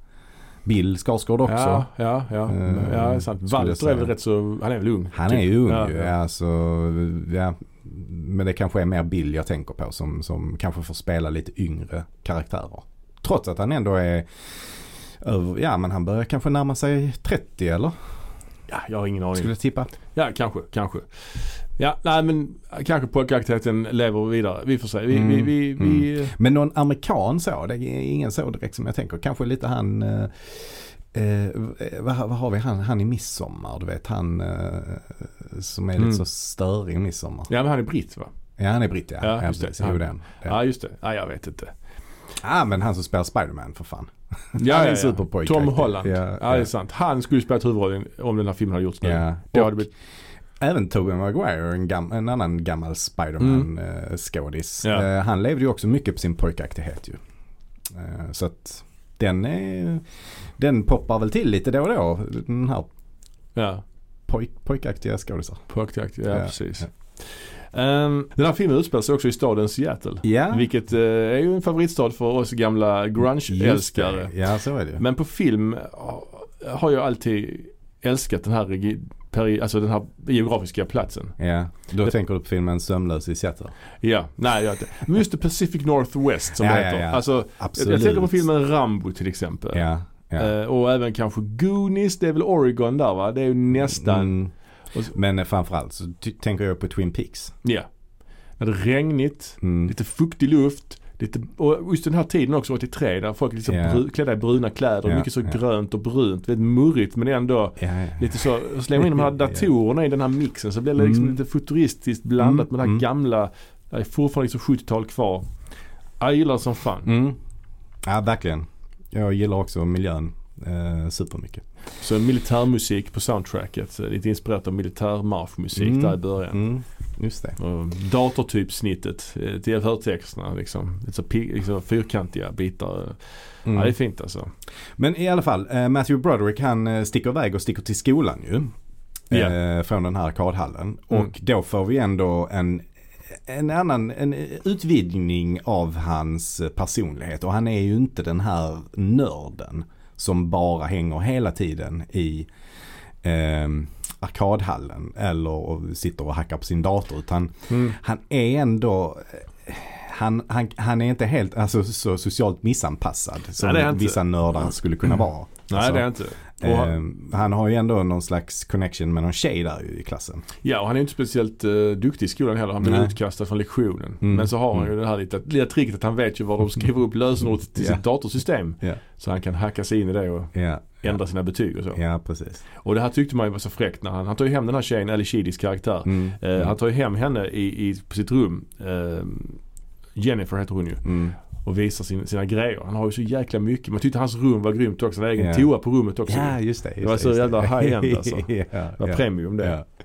[SPEAKER 2] Bill Skarsgård också.
[SPEAKER 1] Ja, ja, ja.
[SPEAKER 2] Eh,
[SPEAKER 1] ja det är sant.
[SPEAKER 2] skulle jag
[SPEAKER 1] Walter är väl
[SPEAKER 2] säga.
[SPEAKER 1] rätt så, han är väl ung?
[SPEAKER 2] Han
[SPEAKER 1] typ.
[SPEAKER 2] är ju ung
[SPEAKER 1] Ja,
[SPEAKER 2] ju.
[SPEAKER 1] ja.
[SPEAKER 2] Alltså, ja. Men det kanske är mer Bill jag tänker på som, som kanske får spela lite yngre karaktärer. Trots att han ändå är över, ja men han börjar kanske närma sig 30 eller?
[SPEAKER 1] Ja, jag har ingen aning.
[SPEAKER 2] Skulle jag tippa.
[SPEAKER 1] Ja, kanske, kanske. Ja, nej men kanske pojkaktigheten lever vidare. Vi får se. Vi,
[SPEAKER 2] Mm,
[SPEAKER 1] vi, vi, vi
[SPEAKER 2] Men någon amerikan så, det är ingen så direkt som jag tänker. Kanske lite han, eh, eh, vad, vad har vi han, han i midsommar, du vet han eh, som är
[SPEAKER 1] Mm.
[SPEAKER 2] lite så störig i midsommar.
[SPEAKER 1] Ja, men han är britt va?
[SPEAKER 2] Ja han är britt ja.
[SPEAKER 1] Ja, just det.
[SPEAKER 2] precis. Jo,
[SPEAKER 1] Han-
[SPEAKER 2] den.
[SPEAKER 1] Ja,
[SPEAKER 2] Ja.
[SPEAKER 1] just det. Ja, jag vet inte.
[SPEAKER 2] Ah, men han som spelar Spiderman för fan.
[SPEAKER 1] Ja,
[SPEAKER 2] Han är
[SPEAKER 1] ja,
[SPEAKER 2] en
[SPEAKER 1] ja.
[SPEAKER 2] superpojke,
[SPEAKER 1] Tom
[SPEAKER 2] riktigt.
[SPEAKER 1] Holland. Ja,
[SPEAKER 2] Ja,
[SPEAKER 1] det är
[SPEAKER 2] ja.
[SPEAKER 1] sant. Han skulle ju spelat huvudrollen om den här filmen hade gjorts nu.
[SPEAKER 2] Ja.
[SPEAKER 1] Det
[SPEAKER 2] Och
[SPEAKER 1] hade blivit,
[SPEAKER 2] även Tobey Maguire, en, gam- en annan gammal Spiderman eh, skådis.
[SPEAKER 1] Mm. Ja.
[SPEAKER 2] Eh, han levde ju också mycket på sin pojkaktighet ju. Eh, så att den är, den poppar väl till lite då och då. Den här
[SPEAKER 1] ja,
[SPEAKER 2] poj, pojkaktiga skådisar.
[SPEAKER 1] pojkaktigt. Ja,
[SPEAKER 2] Ja,
[SPEAKER 1] precis. Ehm, den här filmen utspelar sig också i staden Seattle.
[SPEAKER 2] Ja,
[SPEAKER 1] Vilket eh, är ju en favoritstad för oss gamla
[SPEAKER 2] Just det.
[SPEAKER 1] grunge-älskare.
[SPEAKER 2] Ja, så är det ju.
[SPEAKER 1] Men på film eh, har jag alltid älskat den här, regi- peri- alltså den här geografiska platsen.
[SPEAKER 2] Ja, då
[SPEAKER 1] Det-
[SPEAKER 2] tänker du på filmen Sömnlös i Seattle.
[SPEAKER 1] Ja, nej jag vet inte. Men just the Pacific Northwest som
[SPEAKER 2] Ja,
[SPEAKER 1] det
[SPEAKER 2] ja,
[SPEAKER 1] heter.
[SPEAKER 2] ja.
[SPEAKER 1] Alltså, jag,
[SPEAKER 2] Absolut.
[SPEAKER 1] jag tänker på filmen Rambo till exempel.
[SPEAKER 2] Ja, ja.
[SPEAKER 1] Eh, och även kanske Goonies, det är väl Oregon där va? Det är ju nästan,
[SPEAKER 2] Mm.
[SPEAKER 1] Och så-
[SPEAKER 2] Men eh, framförallt så ty- tänker jag på Twin Peaks.
[SPEAKER 1] ja. När det är regnigt,
[SPEAKER 2] Mm.
[SPEAKER 1] lite fuktig luft. Lite, och just den här tiden också, 83, där folk är liksom
[SPEAKER 2] Ja.
[SPEAKER 1] bru, klädda i bruna kläder.
[SPEAKER 2] Ja,
[SPEAKER 1] mycket så
[SPEAKER 2] ja.
[SPEAKER 1] grönt och brunt, väldigt murrigt men ändå
[SPEAKER 2] Ja, ja.
[SPEAKER 1] lite så. och Slänger man in de här
[SPEAKER 2] Ja.
[SPEAKER 1] datorerna i den här mixen så blir det liksom
[SPEAKER 2] Mm.
[SPEAKER 1] lite futuristiskt blandat med
[SPEAKER 2] Mm,
[SPEAKER 1] det här
[SPEAKER 2] mm.
[SPEAKER 1] gamla. Det är fortfarande liksom 70-tal kvar. Jag gillar det som fan.
[SPEAKER 2] Mm. Ja, verkligen. Jag gillar också miljön. eh, supermycket.
[SPEAKER 1] Så militärmusik på soundtracket. Så Lite inspirerat av militärmarschmusik
[SPEAKER 2] Mm.
[SPEAKER 1] där i början.
[SPEAKER 2] Mm, just det.
[SPEAKER 1] Och datortypsnittet eh, till förtexterna liksom. Lite så pi- liksom fyrkantiga bitar.
[SPEAKER 2] Mm.
[SPEAKER 1] Ja det är fint alltså.
[SPEAKER 2] Men i alla fall, eh, Matthew Broderick han eh, sticker iväg och sticker till skolan ju. Eh, från den här arkadhallen.
[SPEAKER 1] Mm.
[SPEAKER 2] Och då får vi ändå en, en annan en utvidgning av hans eh, personlighet. Och han är ju inte den här nörden som bara hänger hela tiden i eh, arkadhallen. Eller och sitter och hackar på sin dator. Utan
[SPEAKER 1] Mm.
[SPEAKER 2] han är ändå han, han, han är inte helt alltså, så socialt missanpassad som
[SPEAKER 1] Nej, det är han inte. Mm.
[SPEAKER 2] vissa nördar skulle kunna vara.
[SPEAKER 1] Nej
[SPEAKER 2] alltså,
[SPEAKER 1] det är inte. Och
[SPEAKER 2] eh,
[SPEAKER 1] han,
[SPEAKER 2] han har ju ändå någon slags connection med någon tjej där ju i klassen.
[SPEAKER 1] ja och han är inte speciellt eh, duktig i skolan heller. Han blir
[SPEAKER 2] Nej.
[SPEAKER 1] utkastad från lektionen.
[SPEAKER 2] Mm.
[SPEAKER 1] Men så har han
[SPEAKER 2] Mm.
[SPEAKER 1] ju det här lite, lilla tricket att han vet ju var de skriver upp lösenordet till
[SPEAKER 2] Ja.
[SPEAKER 1] sitt datorsystem.
[SPEAKER 2] Ja.
[SPEAKER 1] Så han kan hacka sig in i det och
[SPEAKER 2] Ja,
[SPEAKER 1] ändra sina betyg och så.
[SPEAKER 2] ja precis.
[SPEAKER 1] Och det här tyckte man ju var så fräckt när han, han tar ju hem den här tjejen, Ali Sheedys karaktär.
[SPEAKER 2] Mm.
[SPEAKER 1] Eh, Han tar ju hem henne i, i, på sitt rum. Eh, Jennifer heter hon ju.
[SPEAKER 2] Mm.
[SPEAKER 1] Och visar sin, sina grejer. Han har ju så jäkla mycket. Man tyckte hans rum var grymt också. Han hade egen
[SPEAKER 2] Ja.
[SPEAKER 1] toa på rummet också.
[SPEAKER 2] Ja just det. Just
[SPEAKER 1] Det var så
[SPEAKER 2] just
[SPEAKER 1] jävla high-end, alltså.
[SPEAKER 2] ja,
[SPEAKER 1] Det var
[SPEAKER 2] ja.
[SPEAKER 1] premium det.
[SPEAKER 2] Ja.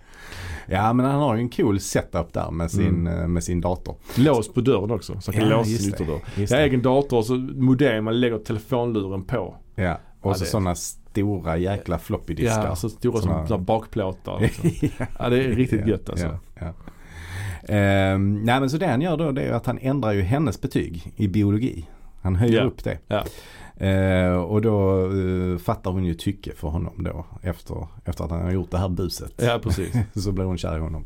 [SPEAKER 2] ja men han har ju en cool setup där med
[SPEAKER 1] Mm.
[SPEAKER 2] sin, eh, med sin dator.
[SPEAKER 1] Lås på dörren också. Så han kan
[SPEAKER 2] Ja,
[SPEAKER 1] låsa
[SPEAKER 2] just
[SPEAKER 1] sin
[SPEAKER 2] det.
[SPEAKER 1] ytterdörr.
[SPEAKER 2] Just
[SPEAKER 1] Jag har
[SPEAKER 2] det.
[SPEAKER 1] egen dator och så modem man lägger telefonluren på.
[SPEAKER 2] Ja. Och
[SPEAKER 1] Ja,
[SPEAKER 2] så
[SPEAKER 1] det-
[SPEAKER 2] sådana stora jäkla floppy diskar.
[SPEAKER 1] Ja, så stora som
[SPEAKER 2] Såna-
[SPEAKER 1] såna bakplåtar. Liksom. ja, det är riktigt gött alltså.
[SPEAKER 2] Ja, ja. Ehm, nej men så det han gör då det är att han ändrar ju hennes betyg i biologi. Han höjer
[SPEAKER 1] Ja.
[SPEAKER 2] upp det.
[SPEAKER 1] Ja.
[SPEAKER 2] Eh, och då eh, fattar hon ju tycke för honom då efter, efter att han har gjort det här buset.
[SPEAKER 1] Ja, precis.
[SPEAKER 2] Så blir hon kär i honom.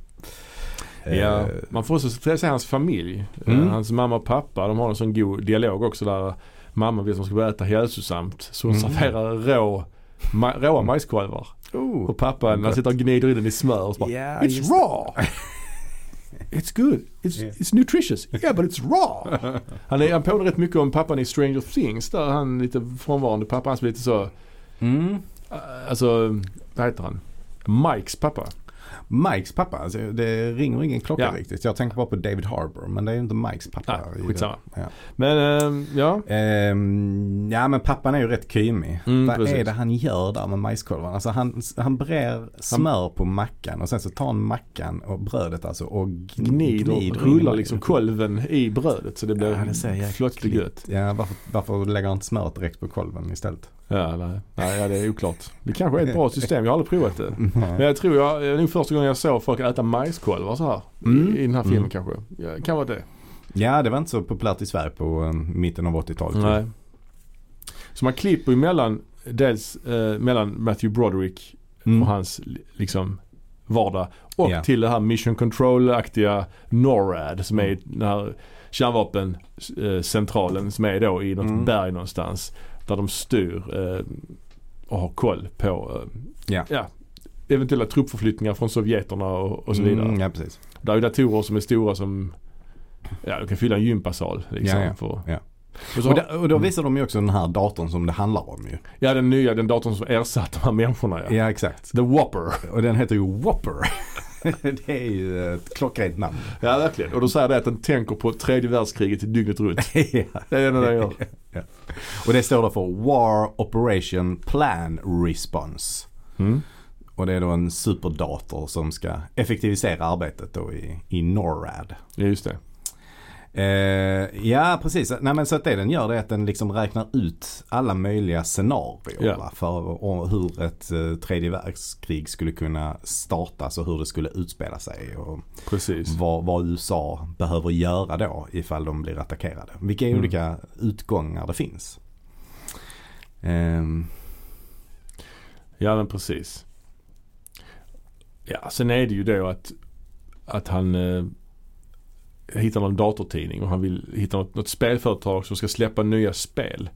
[SPEAKER 1] Ja,
[SPEAKER 2] Eh,
[SPEAKER 1] man får också träffa hans familj.
[SPEAKER 2] Mm.
[SPEAKER 1] Eh, Hans mamma och pappa, de har en sån god dialog också där mamma vill att de ska börja äta hälsosamt. Så hon
[SPEAKER 2] Mm.
[SPEAKER 1] serverar rå, ma- råa majskolvar.
[SPEAKER 2] oh.
[SPEAKER 1] Och pappa när han
[SPEAKER 2] Gott.
[SPEAKER 1] sitter och gnider i den i smör och så bara
[SPEAKER 2] Ja,
[SPEAKER 1] It's
[SPEAKER 2] just
[SPEAKER 1] raw! It's good. It's,
[SPEAKER 2] Yeah.
[SPEAKER 1] it's nutritious. Yeah but it's raw! Han, är, han påminner rätt mycket om pappan i Stranger Things där han är lite frånvarande pappa. Han som är lite så,
[SPEAKER 2] Mm.
[SPEAKER 1] eh, alltså vad heter han? Mikes pappa.
[SPEAKER 2] Mikes pappa, alltså, det ringer ingen klocka
[SPEAKER 1] Ja.
[SPEAKER 2] riktigt. Jag tänker bara på David Harbour men det är ju inte Mikes pappa.
[SPEAKER 1] Nej,
[SPEAKER 2] i det.
[SPEAKER 1] skitsamma.
[SPEAKER 2] Ja.
[SPEAKER 1] Men eh, ja.
[SPEAKER 2] Ehm, ja men pappan är ju rätt kymig.
[SPEAKER 1] Mm,
[SPEAKER 2] Vad
[SPEAKER 1] precis.
[SPEAKER 2] är det han gör där med majskolvarna? Alltså han, han brer smör på mackan och sen så tar han mackan och brödet alltså och gn-
[SPEAKER 1] gnider,
[SPEAKER 2] gnider in
[SPEAKER 1] rullar
[SPEAKER 2] i-
[SPEAKER 1] liksom kolven i brödet så det blir
[SPEAKER 2] Ja, det ser jäkligt
[SPEAKER 1] flottigt och gött.
[SPEAKER 2] Ja varför, varför lägger han inte smöret direkt på kolven istället?
[SPEAKER 1] Ja, nej. nej, ja, det är oklart. Det kanske är ett bra system, jag har aldrig provat det. Men jag tror jag, det är nog första gången jag såg folk äta majskolvar så här.
[SPEAKER 2] Mm.
[SPEAKER 1] I, I den här filmen
[SPEAKER 2] Mm.
[SPEAKER 1] kanske. Ja, det kan vara det.
[SPEAKER 2] Ja det var inte så populärt i Sverige på eh, mitten av 80-talet.
[SPEAKER 1] Nej. Så man klipper ju mellan, dels eh, mellan Matthew Broderick
[SPEAKER 2] Mm.
[SPEAKER 1] och hans li- liksom vardag och
[SPEAKER 2] Ja.
[SPEAKER 1] till det här mission control-aktiga NORAD
[SPEAKER 2] Mm.
[SPEAKER 1] som är den här kärnvapencentralen som är då i något
[SPEAKER 2] Mm.
[SPEAKER 1] berg någonstans. Där de styr eh, och har koll på eh,
[SPEAKER 2] Ja.
[SPEAKER 1] eventuella truppförflyttningar från sovjeterna och, och så vidare.
[SPEAKER 2] Mm, ja precis.
[SPEAKER 1] Där är ju datorer som är stora som Ja, du kan fylla en gympasal liksom.
[SPEAKER 2] Ja, ja.
[SPEAKER 1] För,
[SPEAKER 2] Ja.
[SPEAKER 1] Och så,
[SPEAKER 2] Och, där, och
[SPEAKER 1] Mm.
[SPEAKER 2] då visar de ju också den här datorn som det handlar om ju.
[SPEAKER 1] ja, den nya, den datorn som ersatte de här människorna ja.
[SPEAKER 2] Ja exakt.
[SPEAKER 1] The Whopper.
[SPEAKER 2] Och den heter ju Whopper. det är ju ett klockrent namn.
[SPEAKER 1] Ja verkligen. Och då säger det att den tänker på tredje världskriget dygnet runt.
[SPEAKER 2] ja.
[SPEAKER 1] Det är det enda den gör.
[SPEAKER 2] Och det står då för War Operation Plan Response.
[SPEAKER 1] Mm.
[SPEAKER 2] Och det är då en superdator som ska effektivisera arbetet då i, i NORAD.
[SPEAKER 1] Ja just det.
[SPEAKER 2] Eh, ja precis, Nej, men så att det den gör det är att den liksom räknar ut alla möjliga scenarier
[SPEAKER 1] Ja.
[SPEAKER 2] va, för och hur ett eh, tredje världskrig skulle kunna startas och hur det skulle utspela sig. Och
[SPEAKER 1] Precis.
[SPEAKER 2] vad, vad USA behöver göra då ifall de blir attackerade. Vilka
[SPEAKER 1] Mm.
[SPEAKER 2] olika utgångar det finns. Ehm,
[SPEAKER 1] Ja men precis. Ja sen är det ju då att, att han eh, hittar någon datortidning och han vill hitta något, något spelföretag som ska släppa nya spel.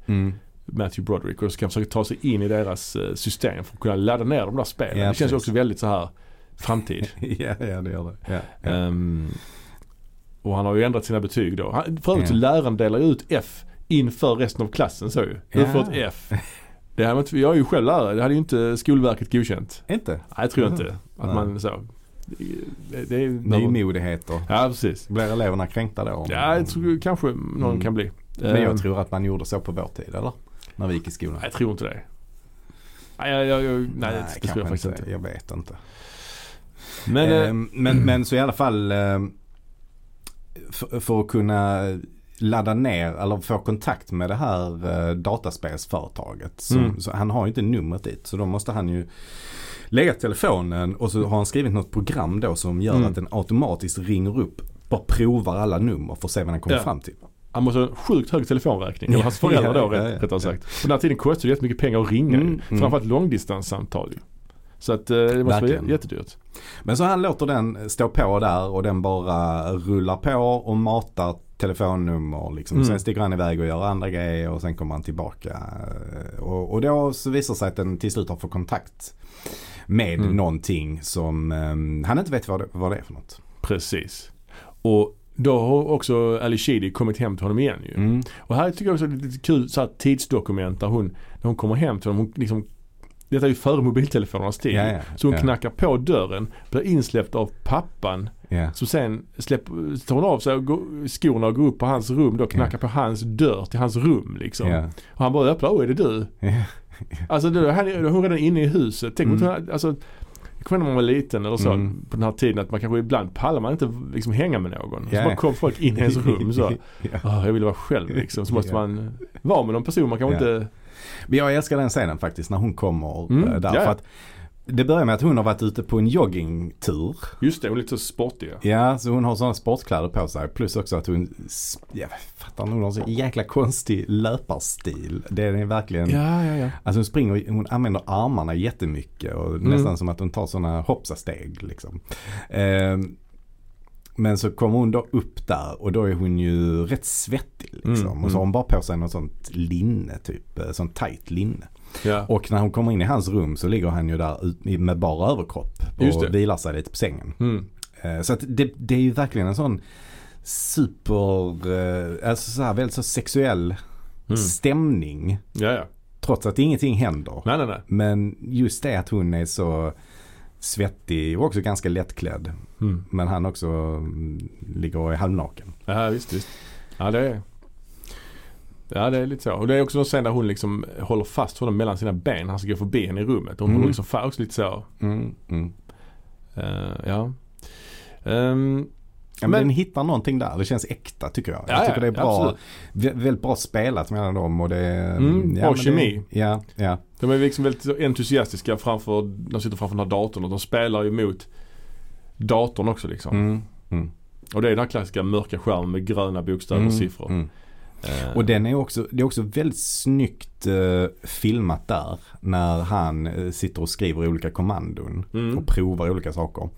[SPEAKER 1] Matthew Broderick och ska försöka ta sig in i deras eh, system för att kunna ladda ner de där spelen. det
[SPEAKER 2] Ja,
[SPEAKER 1] känns ju
[SPEAKER 2] precis.
[SPEAKER 1] också väldigt så här framtid.
[SPEAKER 2] ja, ja, det gör det. Ja, ja.
[SPEAKER 1] Ehm, och han har ju ändrat sina betyg då. Han, för övrigt så
[SPEAKER 2] Ja.
[SPEAKER 1] läraren delar ju ut F inför resten av klassen så ju. Du
[SPEAKER 2] Ja.
[SPEAKER 1] får ett F. Det hade man inte, jag är ju själv lärare. Det hade ju inte Skolverket godkänt.
[SPEAKER 2] Inte?
[SPEAKER 1] Nej, det tror jag
[SPEAKER 2] Mhm.
[SPEAKER 1] inte. Att
[SPEAKER 2] Nej.
[SPEAKER 1] man så. Det, det är,
[SPEAKER 2] Nymodigheter.
[SPEAKER 1] Ja, precis.
[SPEAKER 2] Blir eleverna kränkta då? om-
[SPEAKER 1] Ja, jag tror kanske någon
[SPEAKER 2] Mm.
[SPEAKER 1] kan bli.
[SPEAKER 2] Men
[SPEAKER 1] Ehm,
[SPEAKER 2] jag tror att man gjorde så på vår tid eller? När vi gick i skolan.
[SPEAKER 1] Nej, jag tror inte det. Nej, jag, jag, jag, nej, det tror jag
[SPEAKER 2] kanske
[SPEAKER 1] faktiskt inte.
[SPEAKER 2] Jag vet inte.
[SPEAKER 1] Men
[SPEAKER 2] Eh,
[SPEAKER 1] eh,
[SPEAKER 2] men, men så i alla fall eh, för, för att kunna ladda ner eller få kontakt med det här eh, dataspelsföretaget. Som,
[SPEAKER 1] Mm.
[SPEAKER 2] så han har ju inte numret dit så då måste han ju lägga telefonen och så har han skrivit något program då som gör
[SPEAKER 1] Mm.
[SPEAKER 2] att den automatiskt ringer upp. Bara provar alla nummer för att se vad den kommer
[SPEAKER 1] Ja.
[SPEAKER 2] fram till.
[SPEAKER 1] han måste ha en sjukt hög telefonräkning. Eller hans
[SPEAKER 2] Ja,
[SPEAKER 1] föräldrar då
[SPEAKER 2] ja,
[SPEAKER 1] rätt,
[SPEAKER 2] ja, ja.
[SPEAKER 1] rättare sagt. På den här tiden kostade det jättemycket pengar att ringa
[SPEAKER 2] Mm,
[SPEAKER 1] ju.
[SPEAKER 2] mm.
[SPEAKER 1] Framförallt långdistanssamtal ju. Så att eh, det måste vara
[SPEAKER 2] Verkligen.
[SPEAKER 1] jä- jättedyrt.
[SPEAKER 2] Men så han låter den stå på där och den bara rullar på och matar telefonnummer. Liksom.
[SPEAKER 1] Mm.
[SPEAKER 2] Sen sticker han iväg och gör andra grejer och sen kommer han tillbaka. eh, Och, och då så visar det sig att den till slut har fått kontakt med
[SPEAKER 1] Mm.
[SPEAKER 2] någonting som eh, han inte vet vad det, vad det är för något.
[SPEAKER 1] Precis. Och då har också Ali Sheedy kommit hem till honom igen ju.
[SPEAKER 2] Mm.
[SPEAKER 1] Och här tycker jag också det är lite kul så här, tidsdokument där hon, när hon kommer hem till honom, hon liksom detta är ju före mobiltelefonernas tid.
[SPEAKER 2] Ja, ja,
[SPEAKER 1] så hon
[SPEAKER 2] ja.
[SPEAKER 1] knackar på dörren, blir insläppt av pappan
[SPEAKER 2] Ja.
[SPEAKER 1] Så sen släpp, tar hon av sig och går- skorna och går upp på hans rum då knackar på hans dörr till hans rum liksom.
[SPEAKER 2] Ja.
[SPEAKER 1] Och han bara öppnar, åh är det du?
[SPEAKER 2] Ja.
[SPEAKER 1] Alltså då är han, då är hon redan inne i huset. Tänk om
[SPEAKER 2] Mm.
[SPEAKER 1] hon, alltså, jag kommer ihåg när man var liten eller så
[SPEAKER 2] Mm.
[SPEAKER 1] på den här tiden att man kanske ibland pallar man inte liksom hänga med någon.
[SPEAKER 2] Ja.
[SPEAKER 1] Så bara kom folk in i ens rum så.
[SPEAKER 2] Ja.
[SPEAKER 1] "Åh, jag vill vara själv liksom. Så måste
[SPEAKER 2] Ja.
[SPEAKER 1] man vara med någon person. Man kanske
[SPEAKER 2] Ja.
[SPEAKER 1] inte...
[SPEAKER 2] Men jag älskar den scenen faktiskt när hon kommer
[SPEAKER 1] Mm,
[SPEAKER 2] eh, där.
[SPEAKER 1] ja.
[SPEAKER 2] För att det börjar med att hon har varit ute på en joggingtur.
[SPEAKER 1] Just det, hon är lite så sportig. ja.
[SPEAKER 2] Ja, så hon har sådana sportkläder på sig. Plus också att hon, s- jag fattar nog, hon har så jäkla konstig löparstil. Det är verkligen,
[SPEAKER 1] Ja, ja, ja.
[SPEAKER 2] alltså hon springer, hon använder armarna jättemycket och
[SPEAKER 1] Mm.
[SPEAKER 2] nästan som att hon tar sådana hoppsasteg liksom. Ehm, men så kommer hon då upp där och då är hon ju rätt svettig liksom.
[SPEAKER 1] Mm,
[SPEAKER 2] Och så har
[SPEAKER 1] mm.
[SPEAKER 2] hon bara på sig något sånt linne typ, eh, sånt tight linne.
[SPEAKER 1] ja.
[SPEAKER 2] Och när hon kommer in i hans rum så ligger han ju där ut- med bara överkropp
[SPEAKER 1] Just det.
[SPEAKER 2] och vilar sig lite på sängen.
[SPEAKER 1] Mm.
[SPEAKER 2] Eh, Så att det, det är ju verkligen en sån super, eh, alltså så här väldigt så sexuell
[SPEAKER 1] Mm.
[SPEAKER 2] stämning.
[SPEAKER 1] ja, ja.
[SPEAKER 2] Trots att ingenting händer.
[SPEAKER 1] Nej, nej, nej.
[SPEAKER 2] Men just det att hon är så svettig och också ganska lättklädd.
[SPEAKER 1] Mm.
[SPEAKER 2] Men han också mm, ligger och är halvnaken.
[SPEAKER 1] Ja visst, visst. Ja det är Ja det är lite så. Och det är också någon scen där hon liksom håller fast honom mellan sina ben. Han ska gå förbi henne i rummet. Hon
[SPEAKER 2] Mm.
[SPEAKER 1] håller liksom fast också lite så.
[SPEAKER 2] Mm, mm.
[SPEAKER 1] Eh, ja. Ehm,
[SPEAKER 2] Ja, men,
[SPEAKER 1] Men-
[SPEAKER 2] den hittar någonting där. Det känns äkta tycker jag.
[SPEAKER 1] Ja,
[SPEAKER 2] jag tycker
[SPEAKER 1] ja,
[SPEAKER 2] det är bra,
[SPEAKER 1] absolut.
[SPEAKER 2] vä- väldigt bra spelat mellan dem. Och det, är-
[SPEAKER 1] Mm, bra
[SPEAKER 2] men det-
[SPEAKER 1] kemi.
[SPEAKER 2] Ja, ja.
[SPEAKER 1] de är liksom väldigt så entusiastiska framför, när de sitter framför den här datorn och de spelar ju mot datorn också liksom.
[SPEAKER 2] Mm, mm.
[SPEAKER 1] Och det är den här klassiska mörka skärmen med gröna bokstäver
[SPEAKER 2] Mm,
[SPEAKER 1] och siffror.
[SPEAKER 2] mm.
[SPEAKER 1] Eh,
[SPEAKER 2] Och den är också, det är också väldigt snyggt eh, filmat där. När han eh, sitter och skriver olika kommandon.
[SPEAKER 1] Mm.
[SPEAKER 2] Och provar olika saker.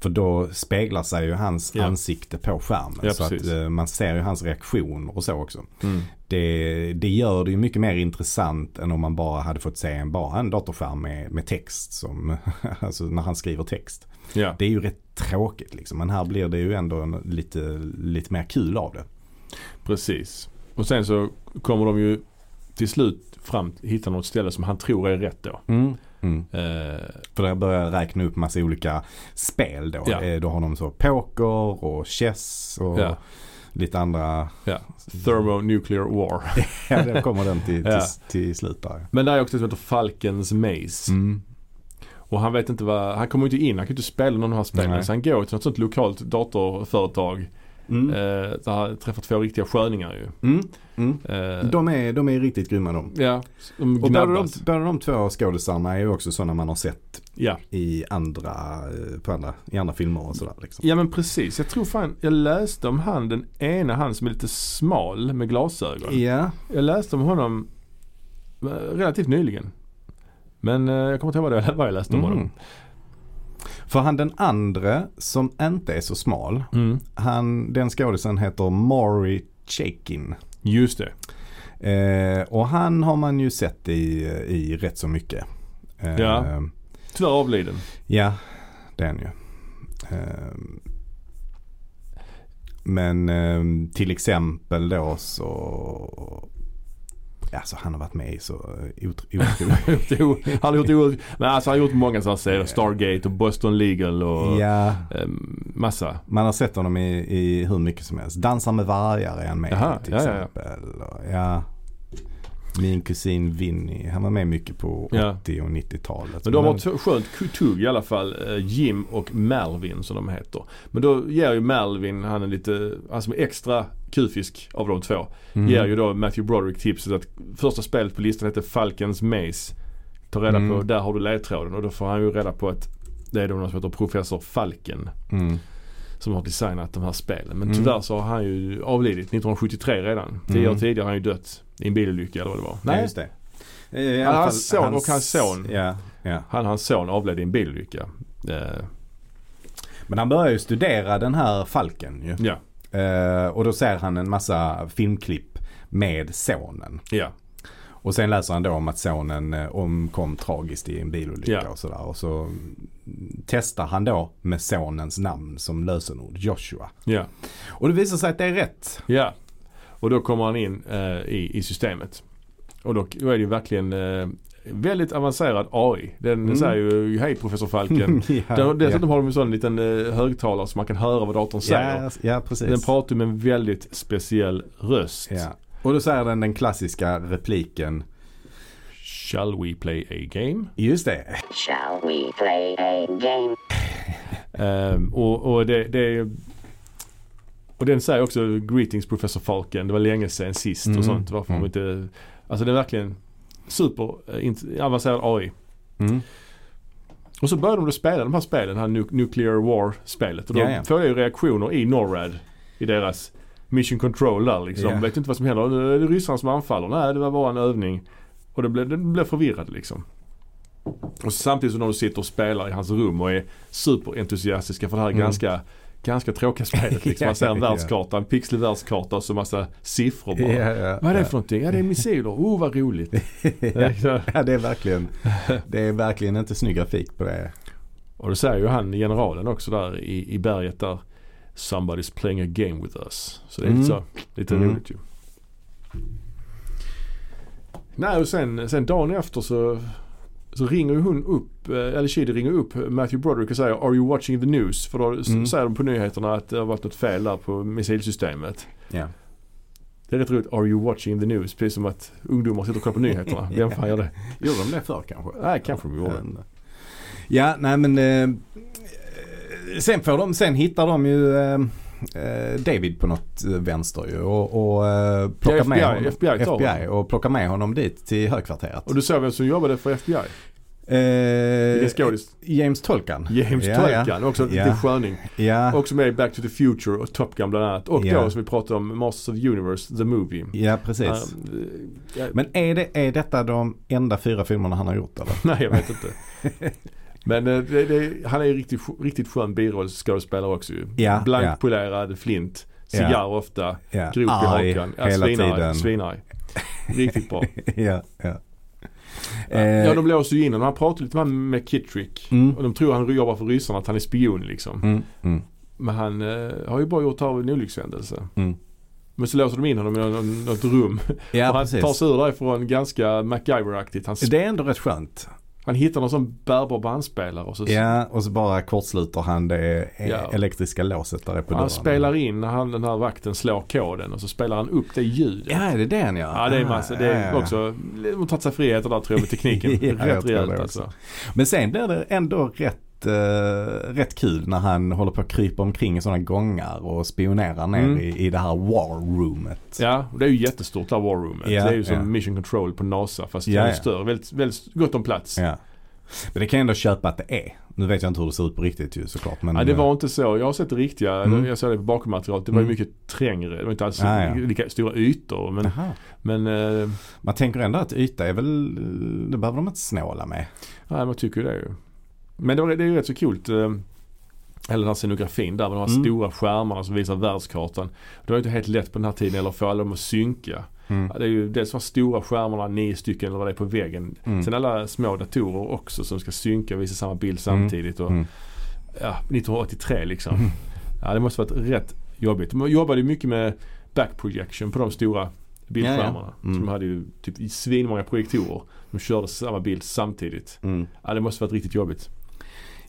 [SPEAKER 2] För då speglar sig ju hans
[SPEAKER 1] Ja.
[SPEAKER 2] ansikte på skärmen.
[SPEAKER 1] Ja,
[SPEAKER 2] så att
[SPEAKER 1] precis.
[SPEAKER 2] eh, man ser ju hans reaktioner och så också.
[SPEAKER 1] Mm.
[SPEAKER 2] Det, det gör det ju mycket mer intressant än om man bara hade fått se en, bara en datorskärm med, med text. Som, alltså när han skriver text.
[SPEAKER 1] Ja.
[SPEAKER 2] Det är ju rätt tråkigt liksom. Men här blir det ju ändå en, lite, lite mer kul av det.
[SPEAKER 1] Precis. Och sen så kommer de ju till slut fram, hitta något ställe som han tror är rätt då.
[SPEAKER 2] Mm. Mm.
[SPEAKER 1] Eh,
[SPEAKER 2] För där börjar jag räkna upp massa olika spel då.
[SPEAKER 1] Ja.
[SPEAKER 2] Eh, Då har de så poker och chess och
[SPEAKER 1] Ja.
[SPEAKER 2] lite andra.
[SPEAKER 1] Ja, Thermonuclear War.
[SPEAKER 2] Ja, då kommer den till, till,
[SPEAKER 1] Ja.
[SPEAKER 2] till slut där.
[SPEAKER 1] Men där är också det som heter Falkens Maze.
[SPEAKER 2] Mm.
[SPEAKER 1] Och han vet inte vad, han kommer ju inte in, han kan ju inte spela någon av de här spelen.
[SPEAKER 2] Nej.
[SPEAKER 1] Så han går till något sånt lokalt datorföretag.
[SPEAKER 2] Mm.
[SPEAKER 1] Eh, där han träffar två riktiga sköningar ju.
[SPEAKER 2] Mm. Mm.
[SPEAKER 1] Eh,
[SPEAKER 2] De, är, de är riktigt grymma de.
[SPEAKER 1] ja, de
[SPEAKER 2] Och både de,
[SPEAKER 1] gnabbas.
[SPEAKER 2] både de två skådisarna är ju också sådana man har sett
[SPEAKER 1] Ja.
[SPEAKER 2] i andra, eh, på andra, i andra filmer och sådär. Liksom.
[SPEAKER 1] ja men precis, jag tror fan, jag läste om han, den ena han som är lite smal med glasögon.
[SPEAKER 2] Ja.
[SPEAKER 1] Jag läste om honom eh, relativt nyligen. Men eh, jag kommer inte ihåg vad det- vad jag läste om
[SPEAKER 2] Mm.
[SPEAKER 1] honom.
[SPEAKER 2] För han den andra som inte är så smal.
[SPEAKER 1] Mm.
[SPEAKER 2] Han, den skådisen heter Maury Chaykin.
[SPEAKER 1] Just det.
[SPEAKER 2] Eh, och han har man ju sett i, i rätt så mycket. Eh,
[SPEAKER 1] Ja. Tyvärr avliden.
[SPEAKER 2] Ja, det är han ju. Eh, men eh, till exempel då så Alltså han har varit med i så eh, otro- otroligt.
[SPEAKER 1] gjort o- han har gjort o- men alltså han har gjort många sådana serier. Stargate och Boston Legal och
[SPEAKER 2] ja,
[SPEAKER 1] ehm, massa.
[SPEAKER 2] man har sett honom i, i hur mycket som helst. Dansar med vargar är han med
[SPEAKER 1] Jaha,
[SPEAKER 2] i till
[SPEAKER 1] ja, ja, ja.
[SPEAKER 2] exempel. Och, ja. Min kusin Vinny, han var med mycket på
[SPEAKER 1] Ja.
[SPEAKER 2] 80 och 90-talet.
[SPEAKER 1] Men de har
[SPEAKER 2] han-
[SPEAKER 1] ett skönt tugg i alla fall. eh, Jim och Malvin som de heter. Men då ger ju Malvin, han är lite, han som är extra kufisk av de två.
[SPEAKER 2] Mm.
[SPEAKER 1] Ger ju då Matthew Broderick tipset att första spelet på listan heter Falcons Maze. Ta reda
[SPEAKER 2] Mm.
[SPEAKER 1] på, där har du ledtråden. Och då får han ju reda på att det är då någon som heter Professor Falken
[SPEAKER 2] Mm.
[SPEAKER 1] som har designat de här spelen. Men
[SPEAKER 2] Mm.
[SPEAKER 1] tyvärr så har han ju avlidit 1973 redan. Tio
[SPEAKER 2] Mm.
[SPEAKER 1] år tidigare har han ju dött i en bilolycka eller vad det var.
[SPEAKER 2] Nej, just det. Eh, i
[SPEAKER 1] Ja,
[SPEAKER 2] alla
[SPEAKER 1] hans son och hans son.
[SPEAKER 2] Ja, ja.
[SPEAKER 1] Han och hans son avled i en bilolycka. Eh,
[SPEAKER 2] Men han börjar ju studera den här falken ju.
[SPEAKER 1] ja,
[SPEAKER 2] Eh, och då ser han en massa filmklipp med sonen.
[SPEAKER 1] ja.
[SPEAKER 2] Och sen läser han då om att sonen eh, omkom tragiskt i en bilolycka
[SPEAKER 1] Ja.
[SPEAKER 2] och sådär. Och så mm, testar han då med sonens namn som lösenord, Joshua.
[SPEAKER 1] Ja,
[SPEAKER 2] Och det visar sig att det är rätt.
[SPEAKER 1] ja. Och då kommer han in eh, i, i systemet. Och då, då är det ju verkligen eh, väldigt avancerad AI. Den
[SPEAKER 2] Mm.
[SPEAKER 1] säger ju hej professor Falken.
[SPEAKER 2] ja,
[SPEAKER 1] Den, dessutom har de en sån liten eh, högtalare så man kan höra vad datorn säger.
[SPEAKER 2] ja, ja, precis.
[SPEAKER 1] Den pratar ju med en väldigt speciell röst.
[SPEAKER 2] ja. Och då säger den den klassiska repliken.
[SPEAKER 1] Shall we play a game?
[SPEAKER 2] Just det.
[SPEAKER 3] Shall we play a game?
[SPEAKER 1] Ehm, och, och det, det Och den säger också Greetings Professor Falken. Det var länge sedan sist
[SPEAKER 2] Mm.
[SPEAKER 1] och sånt. Varför har vi inte... Alltså det är verkligen super eh, int- avancerad AI.
[SPEAKER 2] Mm.
[SPEAKER 1] Och så började de då spela de här spelen, det här nu- Nuclear War-spelet. Och då
[SPEAKER 2] Ja, ja.
[SPEAKER 1] får jag ju reaktioner i NORAD. I deras Mission Control där liksom.
[SPEAKER 2] Ja.
[SPEAKER 1] Vet inte vad som händer. Det är det ryssarna som anfaller. Nej, det var bara en övning. Och det blev, den blev förvirrad liksom. Och samtidigt som de sitter och spelar i hans rum och är superentusiastiska för det här
[SPEAKER 2] Mm.
[SPEAKER 1] ganska, ganska tråkiga spelet. Liksom. Man ser en
[SPEAKER 2] Ja.
[SPEAKER 1] världskarta, en pixlig världskarta och så massa siffror bara.
[SPEAKER 2] Ja, ja,
[SPEAKER 1] Vad är det
[SPEAKER 2] ja.
[SPEAKER 1] för någonting? Ja det är missiler. Oh vad roligt. Liksom.
[SPEAKER 2] Ja, det är verkligen. Det är verkligen inte snygg grafik på det.
[SPEAKER 1] Och det säger ju han generalen också där i, i berget där. Somebody's playing a game with us. Så det är lite, så,
[SPEAKER 2] Mm.
[SPEAKER 1] lite
[SPEAKER 2] Mm.
[SPEAKER 1] roligt ju. Nej och sen, sen dagen efter så, så ringer ju hon upp, eh, eller Shidi ringer upp Matthew Broderick och säger Are you watching the news? För då s-
[SPEAKER 2] Mm.
[SPEAKER 1] säger de på nyheterna att det har varit något fel där på missilsystemet.
[SPEAKER 2] Ja.
[SPEAKER 1] Det är rätt roligt, Are you watching the news? Precis som att ungdomar sitter och kollar på nyheterna. Vem fan gör det?
[SPEAKER 2] Gjorde de det förr kanske?
[SPEAKER 1] Nej, kanske de gjorde.
[SPEAKER 2] Ja, nej men. Eh, sen, får de, sen hittar de ju eh, eh, David på något eh, vänster ju och, och eh, plockar
[SPEAKER 1] Ja,
[SPEAKER 2] med
[SPEAKER 1] FBI,
[SPEAKER 2] honom.
[SPEAKER 1] FBI tar
[SPEAKER 2] FBI och plockar med honom dit till högkvarteret.
[SPEAKER 1] Och du såg vem som jobbade för FBI? Vilken
[SPEAKER 2] eh,
[SPEAKER 1] skådis?
[SPEAKER 2] James Tolkan.
[SPEAKER 1] James
[SPEAKER 2] ja,
[SPEAKER 1] Tolkan, också en
[SPEAKER 2] Ja.
[SPEAKER 1] liten sköning.
[SPEAKER 2] Ja, ja,
[SPEAKER 1] Också med i Back to the Future och Top Gun bland annat. Och
[SPEAKER 2] Ja.
[SPEAKER 1] då som vi pratade om, Masters of the Universe, The Movie.
[SPEAKER 2] ja precis.
[SPEAKER 1] Um, eh, jag-
[SPEAKER 2] Men är, det, är detta de enda fyra filmerna han har gjort eller?
[SPEAKER 1] nej, jag vet inte. Men eh, det, det, han är ju riktigt, riktigt skön birollsskådespelare också ju.
[SPEAKER 2] Ja, ja.
[SPEAKER 1] Blankpolerad flint, cigarr
[SPEAKER 2] Ja.
[SPEAKER 1] ofta,
[SPEAKER 2] Ja.
[SPEAKER 1] grop i
[SPEAKER 2] Arg
[SPEAKER 1] hakan. Ja,
[SPEAKER 2] hela
[SPEAKER 1] svinarg,
[SPEAKER 2] tiden.
[SPEAKER 1] Svinarg. Riktigt bra.
[SPEAKER 2] ja, Eh, ja.
[SPEAKER 1] ja, de blåser ju in honom. Han pratar lite med, med Kittrick.
[SPEAKER 2] Mm.
[SPEAKER 1] Och de tror han jobbar för ryssarna, att han är spion liksom.
[SPEAKER 2] Mm, mm,
[SPEAKER 1] Men han eh, har ju bara gjort av en olyckshändelse.
[SPEAKER 2] mm.
[SPEAKER 1] Men så låser de in honom i någon- något rum.
[SPEAKER 2] Ja,
[SPEAKER 1] och han
[SPEAKER 2] precis.
[SPEAKER 1] tar sig ur därifrån ganska MacGyver-aktigt. Han,
[SPEAKER 2] Det är ändå rätt skönt.
[SPEAKER 1] han hittar någon sån bärbar bandspelare och så
[SPEAKER 2] Ja, och så bara kortsluter han det eh,
[SPEAKER 1] Ja.
[SPEAKER 2] elektriska låset där är på
[SPEAKER 1] han
[SPEAKER 2] dörren.
[SPEAKER 1] spelar in när han, den här vakten slår koden och så spelar han upp det ljudet.
[SPEAKER 2] Ja, är det den ja?
[SPEAKER 1] Ja det är massa, det
[SPEAKER 2] Ah,
[SPEAKER 1] är
[SPEAKER 2] ja.
[SPEAKER 1] också, de har tagit sig friheter där tror jag med tekniken.
[SPEAKER 2] Ja, jag
[SPEAKER 1] Rätt
[SPEAKER 2] tror
[SPEAKER 1] rejält
[SPEAKER 2] det
[SPEAKER 1] alltså.
[SPEAKER 2] Men sen blir det ändå rätt, eh, rätt kul när han håller på att krypa omkring i sådana gångar och spionerar ner
[SPEAKER 1] Mm.
[SPEAKER 2] i, i det här war roomet.
[SPEAKER 1] Ja, och det är ju jättestort där War Roomet.
[SPEAKER 2] Ja,
[SPEAKER 1] det är ju som
[SPEAKER 2] ja.
[SPEAKER 1] Mission Control på NASA fast
[SPEAKER 2] Ja,
[SPEAKER 1] det är
[SPEAKER 2] ja.
[SPEAKER 1] större. Väldigt, väldigt gott om plats. Ja.
[SPEAKER 2] Ja. Men det kan jag ändå köpa att det är. Nu vet jag inte hur det ser ut på riktigt ju såklart. Men,
[SPEAKER 1] det var inte så. Jag har sett det riktiga,
[SPEAKER 2] Mm.
[SPEAKER 1] jag såg det på bakgrundsmaterialet. Det var ju
[SPEAKER 2] Mm.
[SPEAKER 1] mycket trängre. Det var inte alls
[SPEAKER 2] Ah, ja.
[SPEAKER 1] lika stora ytor. Men,
[SPEAKER 2] Aha.
[SPEAKER 1] men eh,
[SPEAKER 2] Man tänker ändå att yta är väl, det behöver de inte snåla med.
[SPEAKER 1] Nej, man tycker ju det ju. Men det, var, det är ju rätt så kul. Eller den här scenografin där med de här
[SPEAKER 2] Mm.
[SPEAKER 1] stora skärmarna som visar världskartan. Det var ju inte helt lätt på den här tiden eller att få alla dem att synka.
[SPEAKER 2] Mm.
[SPEAKER 1] Ja, Det är ju dels de här stora skärmarna, nio stycken eller vad det är på väggen.
[SPEAKER 2] Mm.
[SPEAKER 1] Sen alla små datorer också som ska synka och visa samma bild samtidigt. Och,
[SPEAKER 2] Mm.
[SPEAKER 1] ja, 1983 liksom. Ja, det måste varit rätt jobbigt. Man jobbade ju mycket med back projection på de stora bildskärmarna.
[SPEAKER 2] Ja, ja. Mm.
[SPEAKER 1] Som hade ju typ svinmånga projektorer. De körde samma bild samtidigt.
[SPEAKER 2] Mm.
[SPEAKER 1] Ja, det måste varit riktigt jobbigt.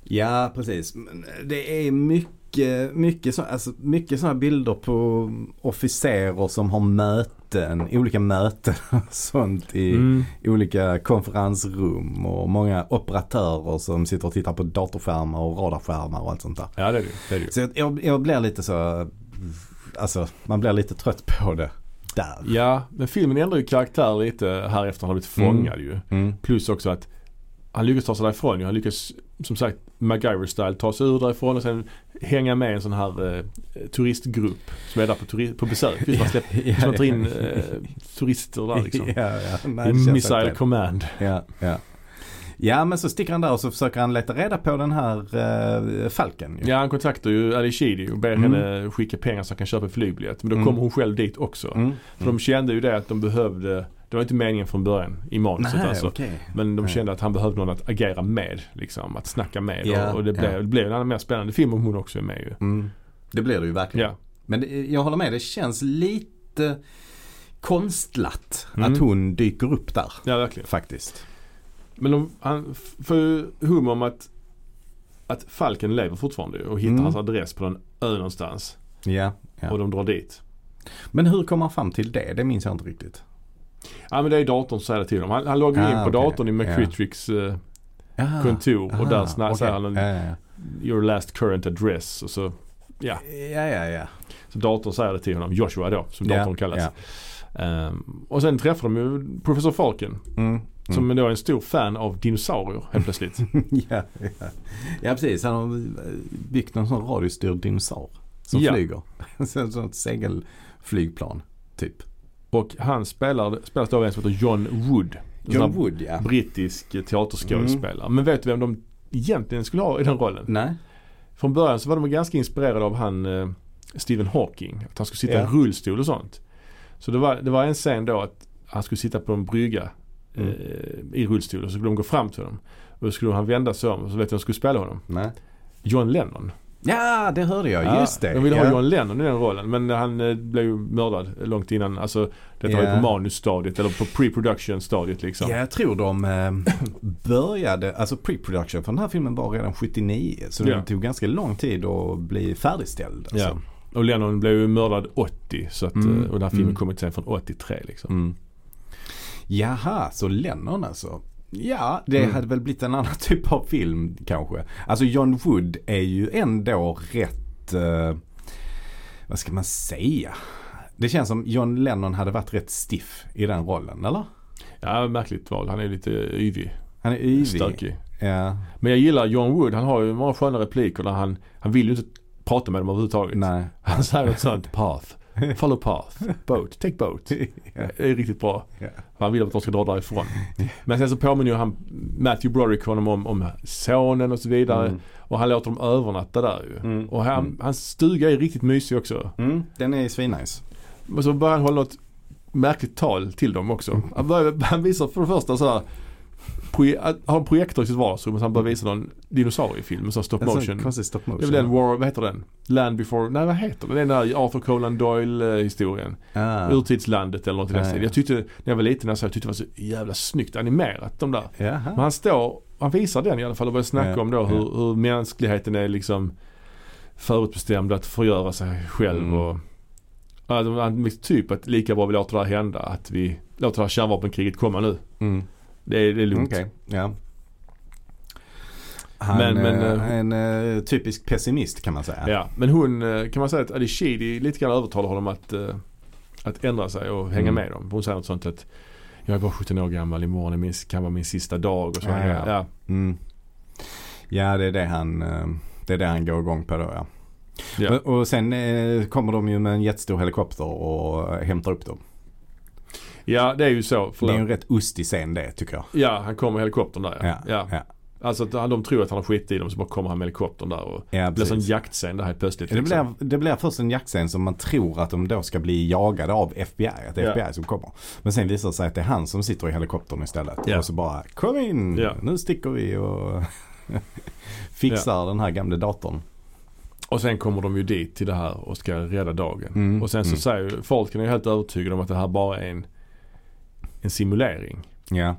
[SPEAKER 2] Ja, precis. Men eh, det är mycket mycket, mycket, så, alltså, mycket sådana bilder på officerer som har möten, olika möten och sånt i
[SPEAKER 1] Mm.
[SPEAKER 2] olika konferensrum och många operatörer som sitter och tittar på datorskärmar och radarskärmar och allt sånt där.
[SPEAKER 1] Ja det är det, ju, det är det ju.
[SPEAKER 2] Så jag, jag, jag blir lite så, alltså man blir lite trött på det där.
[SPEAKER 1] Ja, men filmen ändrar ju karaktär lite här efter han har blivit fångad ju.
[SPEAKER 2] Mm.
[SPEAKER 1] Plus också att han lyckas ta sig därifrån ju. Han lyckas som sagt MacGyver-style ta sig ur därifrån och sen hänga med en sån här eh, turistgrupp som är där på, turi- på besök. Just man släpper, som man tar in eh, turister där liksom.
[SPEAKER 2] Ja, ja. Nej,
[SPEAKER 1] I
[SPEAKER 2] det känns
[SPEAKER 1] Missile
[SPEAKER 2] inte.
[SPEAKER 1] Command.
[SPEAKER 2] Ja, ja. ja, men så sticker han där och så försöker han leta reda på den här eh, falken. ju.
[SPEAKER 1] Ja, han kontaktar ju Ali Sheedy och ber
[SPEAKER 2] Mm.
[SPEAKER 1] henne skicka pengar så han kan köpa en flygbiljett. Men då
[SPEAKER 2] Mm.
[SPEAKER 1] kommer hon själv dit också.
[SPEAKER 2] Mm.
[SPEAKER 1] För de kände ju det att de behövde, det var inte meningen från början i manuset
[SPEAKER 2] Nej,
[SPEAKER 1] alltså.
[SPEAKER 2] okej.
[SPEAKER 1] Men de
[SPEAKER 2] Nej.
[SPEAKER 1] kände att han behövde någon att agera med. Liksom, att snacka med.
[SPEAKER 2] Ja,
[SPEAKER 1] och, och det blev,
[SPEAKER 2] ja.
[SPEAKER 1] det blev en annan mer spännande film om hon också är med ju.
[SPEAKER 2] Mm. Det blir det ju verkligen.
[SPEAKER 1] Ja.
[SPEAKER 2] Men det, jag håller med, det känns lite konstlat
[SPEAKER 1] Mm.
[SPEAKER 2] att hon dyker upp där.
[SPEAKER 1] Ja, verkligen.
[SPEAKER 2] Faktiskt.
[SPEAKER 1] Men de, han f- får hum om att, att Falken lever fortfarande ju och hittar
[SPEAKER 2] Mm.
[SPEAKER 1] hans adress på en ö någonstans.
[SPEAKER 2] Ja, ja.
[SPEAKER 1] Och de drar dit.
[SPEAKER 2] Men hur kommer han fram till det? Det minns jag inte riktigt.
[SPEAKER 1] Ja men det är datorn som säger det till dem. Han, han loggar
[SPEAKER 2] Ah,
[SPEAKER 1] in på
[SPEAKER 2] okej.
[SPEAKER 1] datorn i
[SPEAKER 2] Ja.
[SPEAKER 1] McCrittricks eh,
[SPEAKER 2] Ah,
[SPEAKER 1] kontor och där sna-
[SPEAKER 2] okej. Eh.
[SPEAKER 1] säger han en-
[SPEAKER 2] Ja, ja,
[SPEAKER 1] your last current address. Och så,
[SPEAKER 2] ja. ja, ja, ja.
[SPEAKER 1] så datorn säger det till honom. Joshua då, som
[SPEAKER 2] Ja,
[SPEAKER 1] datorn kallas.
[SPEAKER 2] ja.
[SPEAKER 1] Ehm, och sen träffar de ju Professor Falken.
[SPEAKER 2] Mm.
[SPEAKER 1] Som då är en stor fan av dinosaurier helt plötsligt.
[SPEAKER 2] ja, ja. ja precis, han har byggt någon sån radiostyrd dinosaur som
[SPEAKER 1] Ja.
[SPEAKER 2] flyger. Sen sånt segelflygplan typ.
[SPEAKER 1] och han spelar, spelas då av en som heter John Wood. En sån här
[SPEAKER 2] Wood ja.
[SPEAKER 1] Brittisk eh, teaterskådespelare. Men vet du vem de egentligen skulle ha i den rollen?
[SPEAKER 2] Nej.
[SPEAKER 1] Från början så var de ganska inspirerade av han eh, Stephen Hawking. Att han skulle sitta i
[SPEAKER 2] Ja.
[SPEAKER 1] en rullstol och sånt. Så det var, det var en scen då att han skulle sitta på en brygga
[SPEAKER 2] Mm.
[SPEAKER 1] eh, i rullstol och så skulle de gå fram till honom. Och då skulle han vända sig om och så vet jag vem som skulle spela honom.
[SPEAKER 2] Nej.
[SPEAKER 1] John Lennon.
[SPEAKER 2] Ja, det hörde jag. Just det.
[SPEAKER 1] De ville ha
[SPEAKER 2] ja.
[SPEAKER 1] John Lennon i den rollen men han eh, blev ju mördad långt innan. Alltså detta var ju
[SPEAKER 2] Ja.
[SPEAKER 1] på manusstadiet eller på pre-production stadiet liksom.
[SPEAKER 2] Ja, jag tror de eh, började, alltså pre-production för den här filmen var redan 79. Så
[SPEAKER 1] Ja.
[SPEAKER 2] det tog ganska lång tid att bli färdigställd. Alltså.
[SPEAKER 1] Ja. Och Lennon blev ju mördad 80 så att, eh,
[SPEAKER 2] Mm.
[SPEAKER 1] och den här filmen
[SPEAKER 2] Mm.
[SPEAKER 1] kom inte sen från 83 liksom.
[SPEAKER 2] Mm. Jaha, så Lennon alltså. Ja, det
[SPEAKER 1] Mm.
[SPEAKER 2] hade väl blivit en annan typ av film kanske. Alltså John Wood är ju ändå rätt, eh, vad ska man säga? Det känns som John Lennon hade varit rätt stiff i den rollen, eller?
[SPEAKER 1] Ja, märkligt val. Han är lite yvig.
[SPEAKER 2] Han är yvig.
[SPEAKER 1] Stökig.
[SPEAKER 2] Ja,
[SPEAKER 1] Men jag gillar John Wood. Han har ju många sköna repliker där han, han vill ju inte prata med dem överhuvudtaget.
[SPEAKER 2] nej.
[SPEAKER 1] Han säger något sånt. Path. Follow path. Boat. Take boat.
[SPEAKER 2] ja,
[SPEAKER 1] Det är riktigt bra.
[SPEAKER 2] ja.
[SPEAKER 1] Han vill att de ska dra därifrån. Men sen så påminner ju han Matthew Broderick honom om, om sonen och så vidare.
[SPEAKER 2] Mm.
[SPEAKER 1] Och han låter dem övernatta där ju.
[SPEAKER 2] Mm.
[SPEAKER 1] Och han, hans stuga är riktigt mysig också.
[SPEAKER 2] Mm, den är svinnice.
[SPEAKER 1] Men så börjar han hålla något märkligt tal till dem också. Han, börjar, han visar för det första så här proje- att- har en projektor i sitt vardagsrum och så han börjar visa någon dinosauriefilm, en sån stop
[SPEAKER 2] En sån
[SPEAKER 1] motion.
[SPEAKER 2] Konstig stop motion.
[SPEAKER 1] Det är väl den, War, vad heter den? Land before, nej vad heter den? Den där Arthur Conan Doyle eh, historien.
[SPEAKER 2] ah.
[SPEAKER 1] Urtidslandet eller något i den
[SPEAKER 2] Ja,
[SPEAKER 1] stilen.
[SPEAKER 2] ja.
[SPEAKER 1] Jag tyckte, när jag var liten, alltså, jag tyckte det var så jävla snyggt animerat de där. Men
[SPEAKER 2] Jaha.
[SPEAKER 1] han står, han visar den i alla fall och börjar snacka
[SPEAKER 2] Ja,
[SPEAKER 1] om då hur,
[SPEAKER 2] ja.
[SPEAKER 1] hur mänskligheten är liksom förutbestämd att förgöra sig själv
[SPEAKER 2] Mm.
[SPEAKER 1] och alltså, han- typ att lika bra vi låter det här hända. Att vi låter det här kärnvapenkriget komma nu.
[SPEAKER 2] Mm.
[SPEAKER 1] Det är, det är lugnt.
[SPEAKER 2] Okej, ja. Han
[SPEAKER 1] Men-
[SPEAKER 2] men,
[SPEAKER 1] men,
[SPEAKER 2] en eh, typisk pessimist kan man säga.
[SPEAKER 1] Ja, men hon eh, kan man säga att Ali Sheedy lite grann övertalar honom att, eh, att ändra sig och hänga
[SPEAKER 2] Mm.
[SPEAKER 1] med dem. Hon säger något sånt att jag är bara 17 år gammal, imorgon är min, kan vara min sista dag och så.
[SPEAKER 2] Ja, ja.
[SPEAKER 1] Ja.
[SPEAKER 2] Mm. Ja, det är det han, eh, det är det han går igång på då ja.
[SPEAKER 1] Ja.
[SPEAKER 2] Och, och sen eh, kommer de ju med en jättestor helikopter och eh, hämtar upp dem.
[SPEAKER 1] ja, det är ju så.
[SPEAKER 2] Det är
[SPEAKER 1] Förlåt.
[SPEAKER 2] ju en rätt ostig scen det tycker jag.
[SPEAKER 1] Ja, han kommer i helikoptern där ja. ja.
[SPEAKER 2] ja.
[SPEAKER 1] Alltså att han- de tror att han har skit i dem så bara kommer han med helikoptern där och
[SPEAKER 2] ja
[SPEAKER 1] det blir en
[SPEAKER 2] precis.
[SPEAKER 1] jaktscen där helt plötsligt.
[SPEAKER 2] Det
[SPEAKER 1] liksom.
[SPEAKER 2] blir, det blir först en jaktscen som man tror att de då ska bli jagade av FBI. Att det är
[SPEAKER 1] Ja.
[SPEAKER 2] FBI som kommer. Men sen visar det sig att det är han som sitter i helikoptern istället.
[SPEAKER 1] Ja.
[SPEAKER 2] Och så bara kom in,
[SPEAKER 1] Ja.
[SPEAKER 2] nu sticker vi och fixar den här gamla datorn.
[SPEAKER 1] Och sen kommer de ju dit till det här och ska rädda dagen.
[SPEAKER 2] Mm,
[SPEAKER 1] Och sen så
[SPEAKER 2] mm.
[SPEAKER 1] säger ju, Falken är ju helt övertygad om att det här bara är en, en simulering.
[SPEAKER 2] Ja,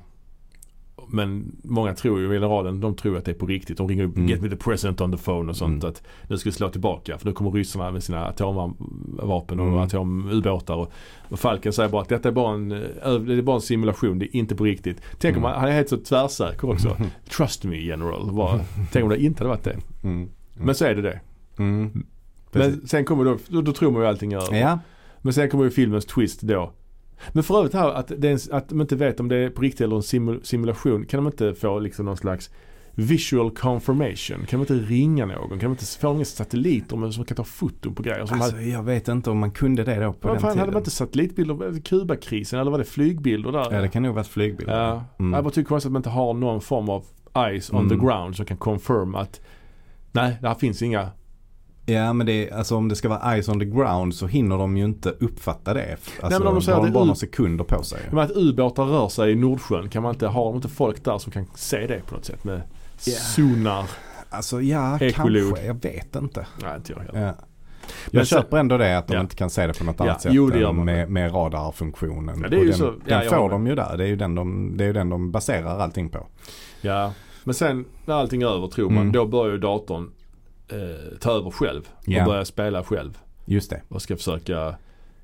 [SPEAKER 1] Men många tror ju, generalen, de tror att det är på riktigt. De ringer upp
[SPEAKER 2] Mm.
[SPEAKER 1] “Get me the president on the phone” och sånt.
[SPEAKER 2] Mm.
[SPEAKER 1] Att nu ska vi slå tillbaka för nu kommer ryssarna med sina atomvapen och
[SPEAKER 2] Mm.
[SPEAKER 1] atomubåtar. Och, och Falken säger bara att detta är bara en, eh, öv- det är bara en simulation, det är inte på riktigt. Tänk om
[SPEAKER 2] Mm.
[SPEAKER 1] han, han är helt så tvärsäker också. Trust me general. Bara, tänk om det inte hade varit det.
[SPEAKER 2] Mm.
[SPEAKER 1] Men så är det det.
[SPEAKER 2] Mm. Precis.
[SPEAKER 1] Men sen kommer då, då, då tror man ju allting över.
[SPEAKER 2] Ja.
[SPEAKER 1] Men sen kommer ju filmens twist då. Men för övrigt här att, det är en, att de inte vet om det är på riktigt eller en simu- simulation. Kan de inte få liksom någon slags visual confirmation? Kan de inte ringa någon? Kan de inte få någon satellit om som kan ta foton på grejer? Som
[SPEAKER 2] Alltså,
[SPEAKER 1] hade,
[SPEAKER 2] jag vet inte om man kunde det då på
[SPEAKER 1] vad
[SPEAKER 2] den
[SPEAKER 1] fan
[SPEAKER 2] tiden.
[SPEAKER 1] hade man inte satellitbilder? Kubakrisen eller var det flygbilder där?
[SPEAKER 2] Ja, det kan nog varit flygbilder.
[SPEAKER 1] Ja.
[SPEAKER 2] Mm.
[SPEAKER 1] Jag bara tycker konstigt att man inte har någon form av eyes on
[SPEAKER 2] Mm.
[SPEAKER 1] the ground som kan confirm att nej, det här finns inga.
[SPEAKER 2] Ja men det, alltså om det ska vara eyes on the ground så hinner de ju inte uppfatta det. Alltså,
[SPEAKER 1] men om de säger
[SPEAKER 2] har
[SPEAKER 1] att
[SPEAKER 2] de
[SPEAKER 1] det
[SPEAKER 2] bara
[SPEAKER 1] är
[SPEAKER 2] några
[SPEAKER 1] ut-
[SPEAKER 2] sekunder på sig.
[SPEAKER 1] Men att ubåtar rör sig i Nordsjön, kan man inte ha inte folk där som kan se det på något sätt med
[SPEAKER 2] Ja.
[SPEAKER 1] sonar?
[SPEAKER 2] Alltså ja,
[SPEAKER 1] Ekolod.
[SPEAKER 2] kanske. Jag vet inte.
[SPEAKER 1] Nej, inte jag heller.
[SPEAKER 2] Ja. Jag
[SPEAKER 1] Men sen-
[SPEAKER 2] köper ändå det att de
[SPEAKER 1] Ja.
[SPEAKER 2] inte kan se det på något
[SPEAKER 1] Ja,
[SPEAKER 2] annat sätt
[SPEAKER 1] jo, det gör
[SPEAKER 2] än
[SPEAKER 1] man.
[SPEAKER 2] med, med radarfunktionen.
[SPEAKER 1] Ja, det är ju
[SPEAKER 2] Och den
[SPEAKER 1] så- ja,
[SPEAKER 2] den
[SPEAKER 1] jag
[SPEAKER 2] får
[SPEAKER 1] håller
[SPEAKER 2] de ju där. Det är ju den de, det är ju den de baserar allting på.
[SPEAKER 1] Ja. Men sen när allting är över tror man,
[SPEAKER 2] Mm.
[SPEAKER 1] då börjar ju datorn eh, ta över själv och
[SPEAKER 2] Ja.
[SPEAKER 1] börja spela själv
[SPEAKER 2] Just det.
[SPEAKER 1] och ska försöka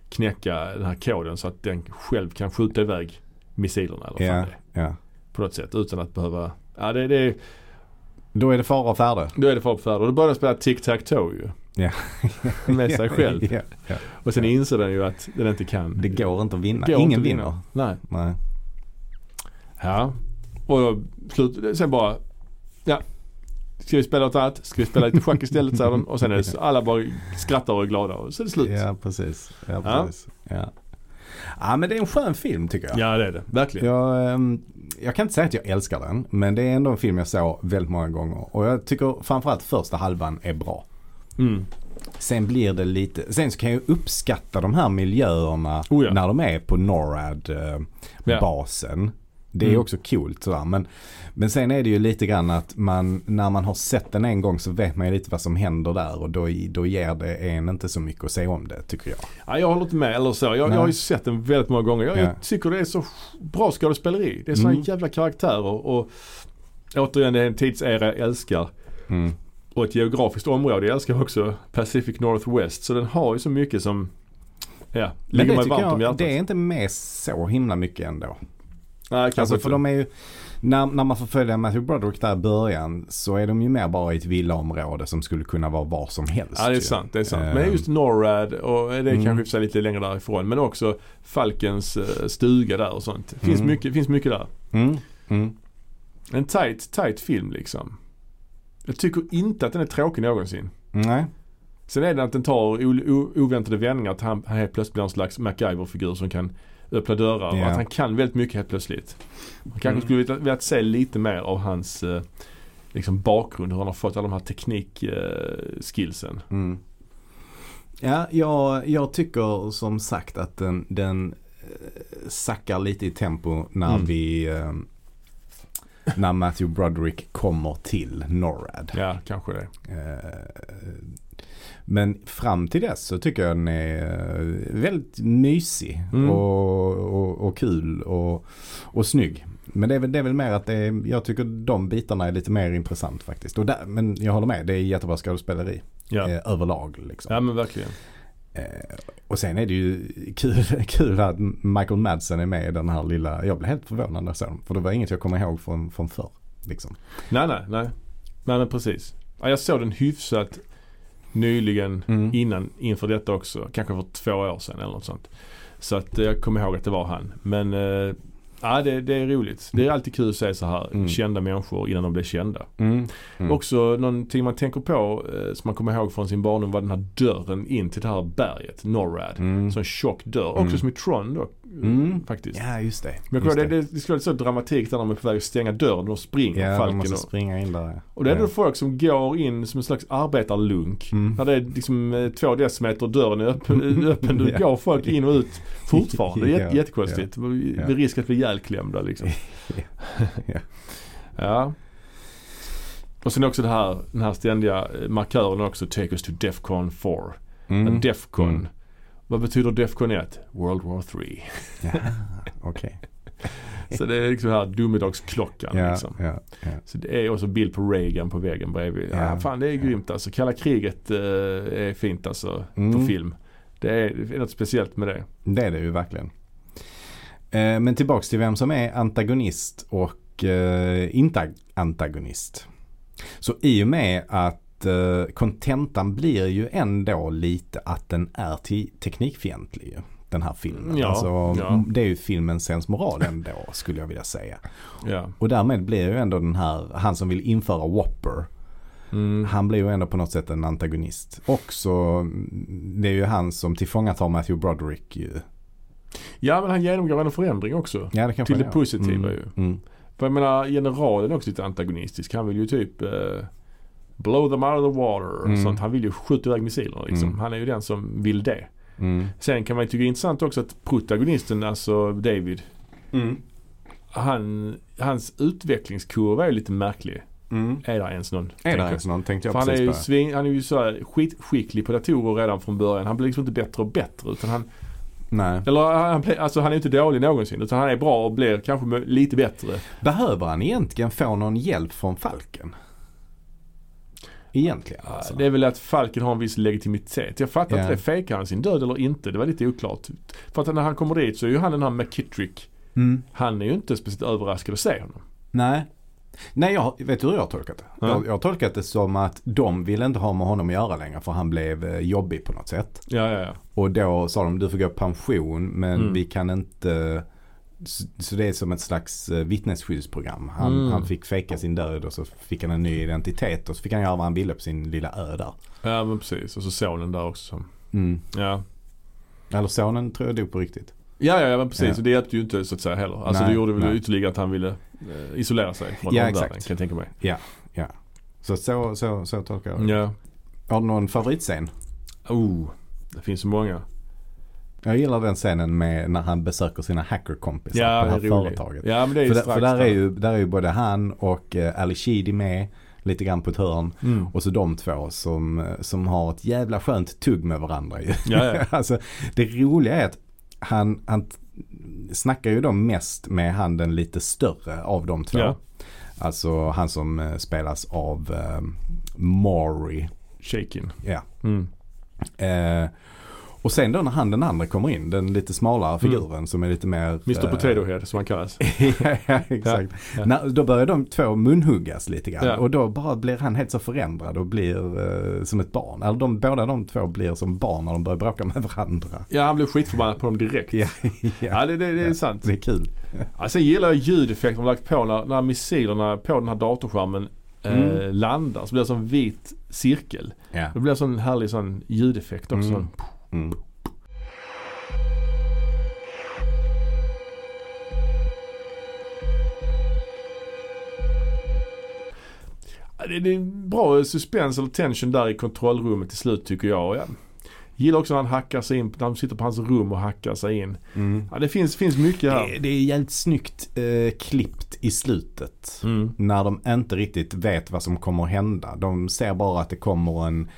[SPEAKER 1] knäcka den här koden så att den själv kan skjuta iväg missilerna eller
[SPEAKER 2] Ja,
[SPEAKER 1] vad fan det är,
[SPEAKER 2] ja.
[SPEAKER 1] på något sätt utan att behöva Ja det, det,
[SPEAKER 2] Då är det fara och färde.
[SPEAKER 1] då är det fara på färde. Och då börjar den spela tic-tac-toe ju.
[SPEAKER 2] Ja.
[SPEAKER 1] Med sig själv.
[SPEAKER 2] ja, ja.
[SPEAKER 1] Och sen inser den ju att den inte kan.
[SPEAKER 2] Det går inte att vinna.
[SPEAKER 1] går inte
[SPEAKER 2] Ingen
[SPEAKER 1] att
[SPEAKER 2] vinner.
[SPEAKER 1] vinna. Nej.
[SPEAKER 2] Nej.
[SPEAKER 1] Ja. Och då, slut, sen bara, ja. Ska vi spela något annat? Ska vi spela lite schack istället? säger de. Och sen är det, så- alla bara skrattar och är glada och så är det slut.
[SPEAKER 2] Ja precis. Ja,
[SPEAKER 1] Ja.
[SPEAKER 2] precis. Ja. ja men det är en skön film tycker jag.
[SPEAKER 1] Ja, det är det. Verkligen.
[SPEAKER 2] Jag, ehm, jag kan inte säga att jag älskar den. Men det är ändå en film jag såg väldigt många gånger. Och jag tycker framförallt första halvan är bra.
[SPEAKER 1] Mm.
[SPEAKER 2] Sen blir det lite, sen så kan jag uppskatta de här miljöerna
[SPEAKER 1] Oh ja.
[SPEAKER 2] när de är på NORAD-basen.
[SPEAKER 1] Ja.
[SPEAKER 2] Det är
[SPEAKER 1] Mm.
[SPEAKER 2] också kul sådär. Men, men sen är det ju lite grann att man, när man har sett den en gång så vet man ju lite vad som händer där. Och då, då ger det en inte så mycket att säga om det tycker jag.
[SPEAKER 1] Ja, jag håller inte med eller så. Jag, jag
[SPEAKER 2] Nej.
[SPEAKER 1] har ju sett den väldigt många gånger. Jag,
[SPEAKER 2] Ja.
[SPEAKER 1] jag tycker det är så bra skådespeleri. Det är såna
[SPEAKER 2] Mm.
[SPEAKER 1] jävla karaktärer och återigen det är en tidsera jag älskar.
[SPEAKER 2] Mm.
[SPEAKER 1] Och ett geografiskt område jag älskar också. Pacific Northwest. Så den har ju så mycket som ja,
[SPEAKER 2] Men
[SPEAKER 1] ligger
[SPEAKER 2] det
[SPEAKER 1] mig varmt
[SPEAKER 2] tycker
[SPEAKER 1] om
[SPEAKER 2] jag,
[SPEAKER 1] hjärtat.
[SPEAKER 2] det är inte med så himla mycket ändå.
[SPEAKER 1] Nej, kanske
[SPEAKER 2] Alltså
[SPEAKER 1] inte.
[SPEAKER 2] för de är ju, när, när man får följa Matthew Broderick där i början så är de ju mer bara i ett villaområde som skulle kunna vara var som helst.
[SPEAKER 1] Ja det är
[SPEAKER 2] ju.
[SPEAKER 1] sant, det är sant.
[SPEAKER 2] Ehm.
[SPEAKER 1] Men just NORAD och det är
[SPEAKER 2] Mm.
[SPEAKER 1] kanske i och för sig lite längre därifrån. Men också Falkens eh, stuga där och sånt. Det finns,
[SPEAKER 2] Mm.
[SPEAKER 1] mycket, finns mycket där.
[SPEAKER 2] Mm, mm.
[SPEAKER 1] En tight, tight film liksom. Jag tycker inte att den är tråkig någonsin.
[SPEAKER 2] Nej.
[SPEAKER 1] Sen är det att den tar o- o- oväntade vändningar. Att han, han helt plötsligt blir någon slags MacGyver-figur som kan öppna dörrar.
[SPEAKER 2] Ja.
[SPEAKER 1] Och att han kan väldigt mycket helt plötsligt. Man kanske
[SPEAKER 2] Mm.
[SPEAKER 1] skulle vilja, vilja se lite mer av hans eh, liksom bakgrund. Hur han har fått alla de här eh, teknikskillsen.
[SPEAKER 2] Mm. Ja, jag, jag tycker som sagt att den, den eh, sackar lite i tempo när
[SPEAKER 1] Mm.
[SPEAKER 2] vi eh, när Matthew Broderick kommer till NORAD.
[SPEAKER 1] ja, kanske det.
[SPEAKER 2] Eh, Men fram till dess så tycker jag den är eh, väldigt mysig
[SPEAKER 1] Mm.
[SPEAKER 2] och, och, och kul och, och snygg. Men det är, väl, det är väl mer att det är, jag tycker de bitarna är lite mer intressant faktiskt. Och där, men jag håller med, det är jättebra skådespeleri
[SPEAKER 1] Ja,
[SPEAKER 2] eh, överlag. Liksom.
[SPEAKER 1] ja men verkligen.
[SPEAKER 2] Eh, och sen är det ju kul, kul att Michael Madsen är med i den här lilla, jag blev helt förvånad när jag såg den. För det var inget jag kommer ihåg från, från förr. Liksom.
[SPEAKER 1] Nej, nej, nej. Nej, men precis. Ja, jag såg den hyfsat nyligen
[SPEAKER 2] Mm.
[SPEAKER 1] innan, inför detta också. Kanske för två år sedan eller något sånt. Så att eh, jag kommer ihåg att det var han. Men eh, ja, det, det är roligt. Det är alltid kul att se så här
[SPEAKER 2] Mm.
[SPEAKER 1] kända människor innan de blir kända.
[SPEAKER 2] Mm. Mm.
[SPEAKER 1] Också någonting man tänker på eh, som man kommer ihåg från sin barndom var den här dörren in till det här berget, Norrad.
[SPEAKER 2] Mm.
[SPEAKER 1] Så en tjock dörr. Också
[SPEAKER 2] Mm.
[SPEAKER 1] som i Tron då
[SPEAKER 2] Mm.
[SPEAKER 1] faktiskt.
[SPEAKER 2] Ja just det.
[SPEAKER 1] Men jag
[SPEAKER 2] just
[SPEAKER 1] kommer ihåg, det, det, det skulle vara så dramatik där de är på väg att stänga dörren och springer
[SPEAKER 2] Ja, de
[SPEAKER 1] Falken
[SPEAKER 2] måste
[SPEAKER 1] och,
[SPEAKER 2] springa in där.
[SPEAKER 1] Och det är
[SPEAKER 2] ja.
[SPEAKER 1] ändå folk som går in som en slags arbetarlunk.
[SPEAKER 2] Mm.
[SPEAKER 1] När det är liksom eh, två decimeter och dörren är öppen, eh, öppen då
[SPEAKER 2] Ja.
[SPEAKER 1] går folk in och ut fortfarande. Det är
[SPEAKER 2] Ja,
[SPEAKER 1] jätte- jättekonstigt.
[SPEAKER 2] ja.
[SPEAKER 1] Vid risk att bli ihjälklämda liksom.
[SPEAKER 2] Ja.
[SPEAKER 1] Ja. Och sen också det här, den här ständiga eh, markören också, Take us to Defcon 4.
[SPEAKER 2] Mm.
[SPEAKER 1] Defcon.
[SPEAKER 2] Mm.
[SPEAKER 1] Vad betyder Defcon 1? World War 3.
[SPEAKER 2] Ja, okej.
[SPEAKER 1] Så det är liksom här domedagsklockan.
[SPEAKER 2] Ja,
[SPEAKER 1] Liksom.
[SPEAKER 2] ja, ja.
[SPEAKER 1] Så det är också en bild på Reagan på väggen bredvid. Ja.
[SPEAKER 2] Ja.
[SPEAKER 1] fan det är grymt alltså. Kalla kriget eh, är fint alltså på
[SPEAKER 2] Mm.
[SPEAKER 1] film. Det är, det är något speciellt med det.
[SPEAKER 2] Det är det ju verkligen. Eh, Men tillbaks till vem som är antagonist och eh, inte antagonist. Så i och med att eh, kontentan blir ju ändå lite att den är te- teknikfientlig. ju, Den här filmen.
[SPEAKER 1] Ja,
[SPEAKER 2] alltså,
[SPEAKER 1] ja.
[SPEAKER 2] Det är ju filmens sensmoral ändå skulle jag vilja säga.
[SPEAKER 1] Ja.
[SPEAKER 2] Och därmed blir ju ändå den här, han som vill införa Whopper.
[SPEAKER 1] Mm.
[SPEAKER 2] Han blir ju ändå på något sätt en antagonist. Också, mm, det är ju han som tillfångatar Matthew Broderick ju.
[SPEAKER 1] ja men han genomgår en förändring också.
[SPEAKER 2] Ja, det kanske
[SPEAKER 1] Till det
[SPEAKER 2] är.
[SPEAKER 1] positiva
[SPEAKER 2] mm.
[SPEAKER 1] ju.
[SPEAKER 2] Mm.
[SPEAKER 1] För jag menar generalen är också lite antagonistisk. Han vill ju typ eh, blow them out of the water. och
[SPEAKER 2] Mm.
[SPEAKER 1] Sånt. Han vill ju skjuta iväg missiler liksom.
[SPEAKER 2] Mm.
[SPEAKER 1] Han är ju den som vill det.
[SPEAKER 2] Mm.
[SPEAKER 1] Sen kan man ju tycka det är intressant också att protagonisten, alltså David. Mm. Han, hans utvecklingskurva är ju lite märklig. Är det ens någon?
[SPEAKER 2] Mm. Är det
[SPEAKER 1] tänker jag.
[SPEAKER 2] ens någon tänkte
[SPEAKER 1] För
[SPEAKER 2] jag
[SPEAKER 1] han är ju,
[SPEAKER 2] precis på.
[SPEAKER 1] svin, han är ju så här skitskicklig på datorer redan från början. Han blir liksom inte bättre och bättre. Utan han,
[SPEAKER 2] Nej.
[SPEAKER 1] eller han, blir- alltså han är inte dålig någonsin. Utan han är bra och blir kanske mö- lite bättre.
[SPEAKER 2] Behöver han egentligen få någon hjälp från Falken? Egentligen alltså.
[SPEAKER 1] Det är väl att Falken har en viss legitimitet. Jag fattar
[SPEAKER 2] Ja.
[SPEAKER 1] inte det. Fejkar han sin död eller inte? Det var lite oklart. För att när han kommer dit så är ju han den här McKittrick.
[SPEAKER 2] Mm.
[SPEAKER 1] Han är ju inte speciellt överraskad att se honom.
[SPEAKER 2] Nej. Nej, jag, vet du hur jag har tolkat det?
[SPEAKER 1] Ja.
[SPEAKER 2] Jag, jag har tolkat det som att de ville inte ha med honom att göra längre för han blev eh, jobbig på något sätt.
[SPEAKER 1] Ja, ja, ja.
[SPEAKER 2] Och då sa de du får gå i pension men
[SPEAKER 1] Mm.
[SPEAKER 2] vi kan inte så- så det är som ett slags eh, vittnesskyddsprogram. Han,
[SPEAKER 1] Mm.
[SPEAKER 2] han fick fejka sin död och så fick han en ny identitet och så fick han göra vad han ville på sin lilla ö där.
[SPEAKER 1] Ja, men precis. Och så sonen där också.
[SPEAKER 2] Mm.
[SPEAKER 1] Ja.
[SPEAKER 2] Eller sonen tror jag dog på riktigt.
[SPEAKER 1] Ja, ja, ja men precis.
[SPEAKER 2] Ja.
[SPEAKER 1] Och det hjälpte ju inte så att säga heller. Alltså
[SPEAKER 2] Nej,
[SPEAKER 1] det gjorde väl
[SPEAKER 2] nej.
[SPEAKER 1] ytterligare att han ville eh, isolera sig från
[SPEAKER 2] Ja,
[SPEAKER 1] omvärlden
[SPEAKER 2] exakt.
[SPEAKER 1] kan jag tänka mig.
[SPEAKER 2] Så så, så, så tolkar jag det.
[SPEAKER 1] Ja.
[SPEAKER 2] Har du någon favoritscen?
[SPEAKER 1] Oh, det finns så många.
[SPEAKER 2] Jag gillar den scenen med när han besöker sina hackerkompisar på det här
[SPEAKER 1] roligt.
[SPEAKER 2] företaget.
[SPEAKER 1] Ja, men det är
[SPEAKER 2] för,
[SPEAKER 1] ju
[SPEAKER 2] där,
[SPEAKER 1] strax
[SPEAKER 2] för där, är ju, där är ju både han och eh, Ali Sheedy med lite grann på ett hörn.
[SPEAKER 1] Mm.
[SPEAKER 2] Och så de två som, eh, som har ett jävla skönt tugg med varandra ju.
[SPEAKER 1] Ja, ja.
[SPEAKER 2] alltså, det roliga är att han, han t- snackar ju då mest med han den lite större av de två.
[SPEAKER 1] Ja.
[SPEAKER 2] Alltså han som eh, spelas av eh, Maury.
[SPEAKER 1] Shaken.
[SPEAKER 2] Ja.
[SPEAKER 1] Mm.
[SPEAKER 2] Eh, och sen då när han den andra kommer in, den lite smalare figuren som är lite mer... eh,
[SPEAKER 1] Mr Mm. Potato Head som han kallas.
[SPEAKER 2] ja, ja, exakt.
[SPEAKER 1] ja.
[SPEAKER 2] När, då börjar de två munhuggas lite grann.
[SPEAKER 1] Ja.
[SPEAKER 2] Och då bara blir han helt så förändrad och blir eh, som ett barn. Eller de, båda de två blir som barn när de börjar bråka med varandra.
[SPEAKER 1] Ja, han blev skitförbannad på dem direkt.
[SPEAKER 2] Ja,
[SPEAKER 1] Ja,
[SPEAKER 2] ja.
[SPEAKER 1] det, det, det är
[SPEAKER 2] Ja.
[SPEAKER 1] sant.
[SPEAKER 2] Det är kul.
[SPEAKER 1] Ja, sen gillar jag ljudeffekten de har lagt på när, när missilerna på den här datorskärmen eh,
[SPEAKER 2] Mm.
[SPEAKER 1] landar. Så blir det som en vit cirkel.
[SPEAKER 2] Ja.
[SPEAKER 1] Det blir en sån härlig sån ljudeffekt också.
[SPEAKER 2] Mm. Mm.
[SPEAKER 1] Ja, Det, det är bra suspens eller tension där i kontrollrummet till slut tycker jag. Och Jag gillar också när han hackar sig in, när de sitter på hans rum och hackar sig in.
[SPEAKER 2] Mm.
[SPEAKER 1] Ja, det finns, finns mycket
[SPEAKER 2] Det,
[SPEAKER 1] här.
[SPEAKER 2] det är jävligt snyggt eh, klippt i slutet.
[SPEAKER 1] Mm,
[SPEAKER 2] När de inte riktigt vet vad som kommer att hända. De ser bara att det kommer en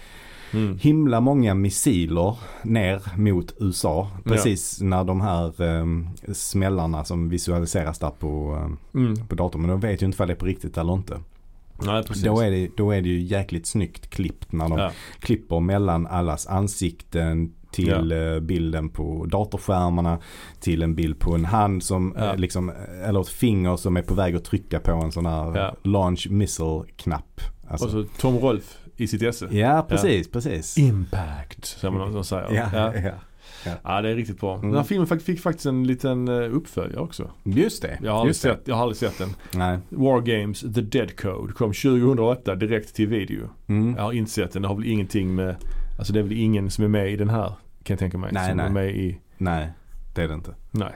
[SPEAKER 2] Eh.
[SPEAKER 1] mm.
[SPEAKER 2] himla många missiler ner mot USA. Precis när de här ehm, smällarna som visualiseras där på, ehm,
[SPEAKER 1] Mm.
[SPEAKER 2] på datorn. Men de vet ju inte vad det är på riktigt eller inte.
[SPEAKER 1] Nej, precis.
[SPEAKER 2] Då är, det, då är det ju jäkligt snyggt klippt när de
[SPEAKER 1] Ja.
[SPEAKER 2] klipper mellan allas ansikten till eh, bilden på datorskärmarna. Till en bild på en hand som
[SPEAKER 1] Ja.
[SPEAKER 2] eh, liksom, eller ett finger som är på väg att trycka på en sån här eh,
[SPEAKER 1] Ja.
[SPEAKER 2] launch missile-knapp. Alltså,
[SPEAKER 1] Och så Tom Rolf i sitt esse.
[SPEAKER 2] ja, precis, precis.
[SPEAKER 1] Impact, som man som säger.
[SPEAKER 2] Ja,
[SPEAKER 1] Ja.
[SPEAKER 2] ja.
[SPEAKER 1] Ja, det är riktigt bra.
[SPEAKER 2] Mm.
[SPEAKER 1] Den här filmen fak- fick faktiskt en liten eh, uppföljare också.
[SPEAKER 2] Just det.
[SPEAKER 1] Jag har, aldrig
[SPEAKER 2] just det.
[SPEAKER 1] sett, jag har aldrig sett den.
[SPEAKER 2] Nej.
[SPEAKER 1] War Games The Dead Code kom 2008 direkt till video.
[SPEAKER 2] Mm.
[SPEAKER 1] Jag har inte sett den. Det har väl ingenting med... Alltså det är väl ingen som är med i den här kan jag tänka mig.
[SPEAKER 2] Nej,
[SPEAKER 1] som
[SPEAKER 2] nej.
[SPEAKER 1] är med i...
[SPEAKER 2] Nej, det är det inte.
[SPEAKER 1] Nej.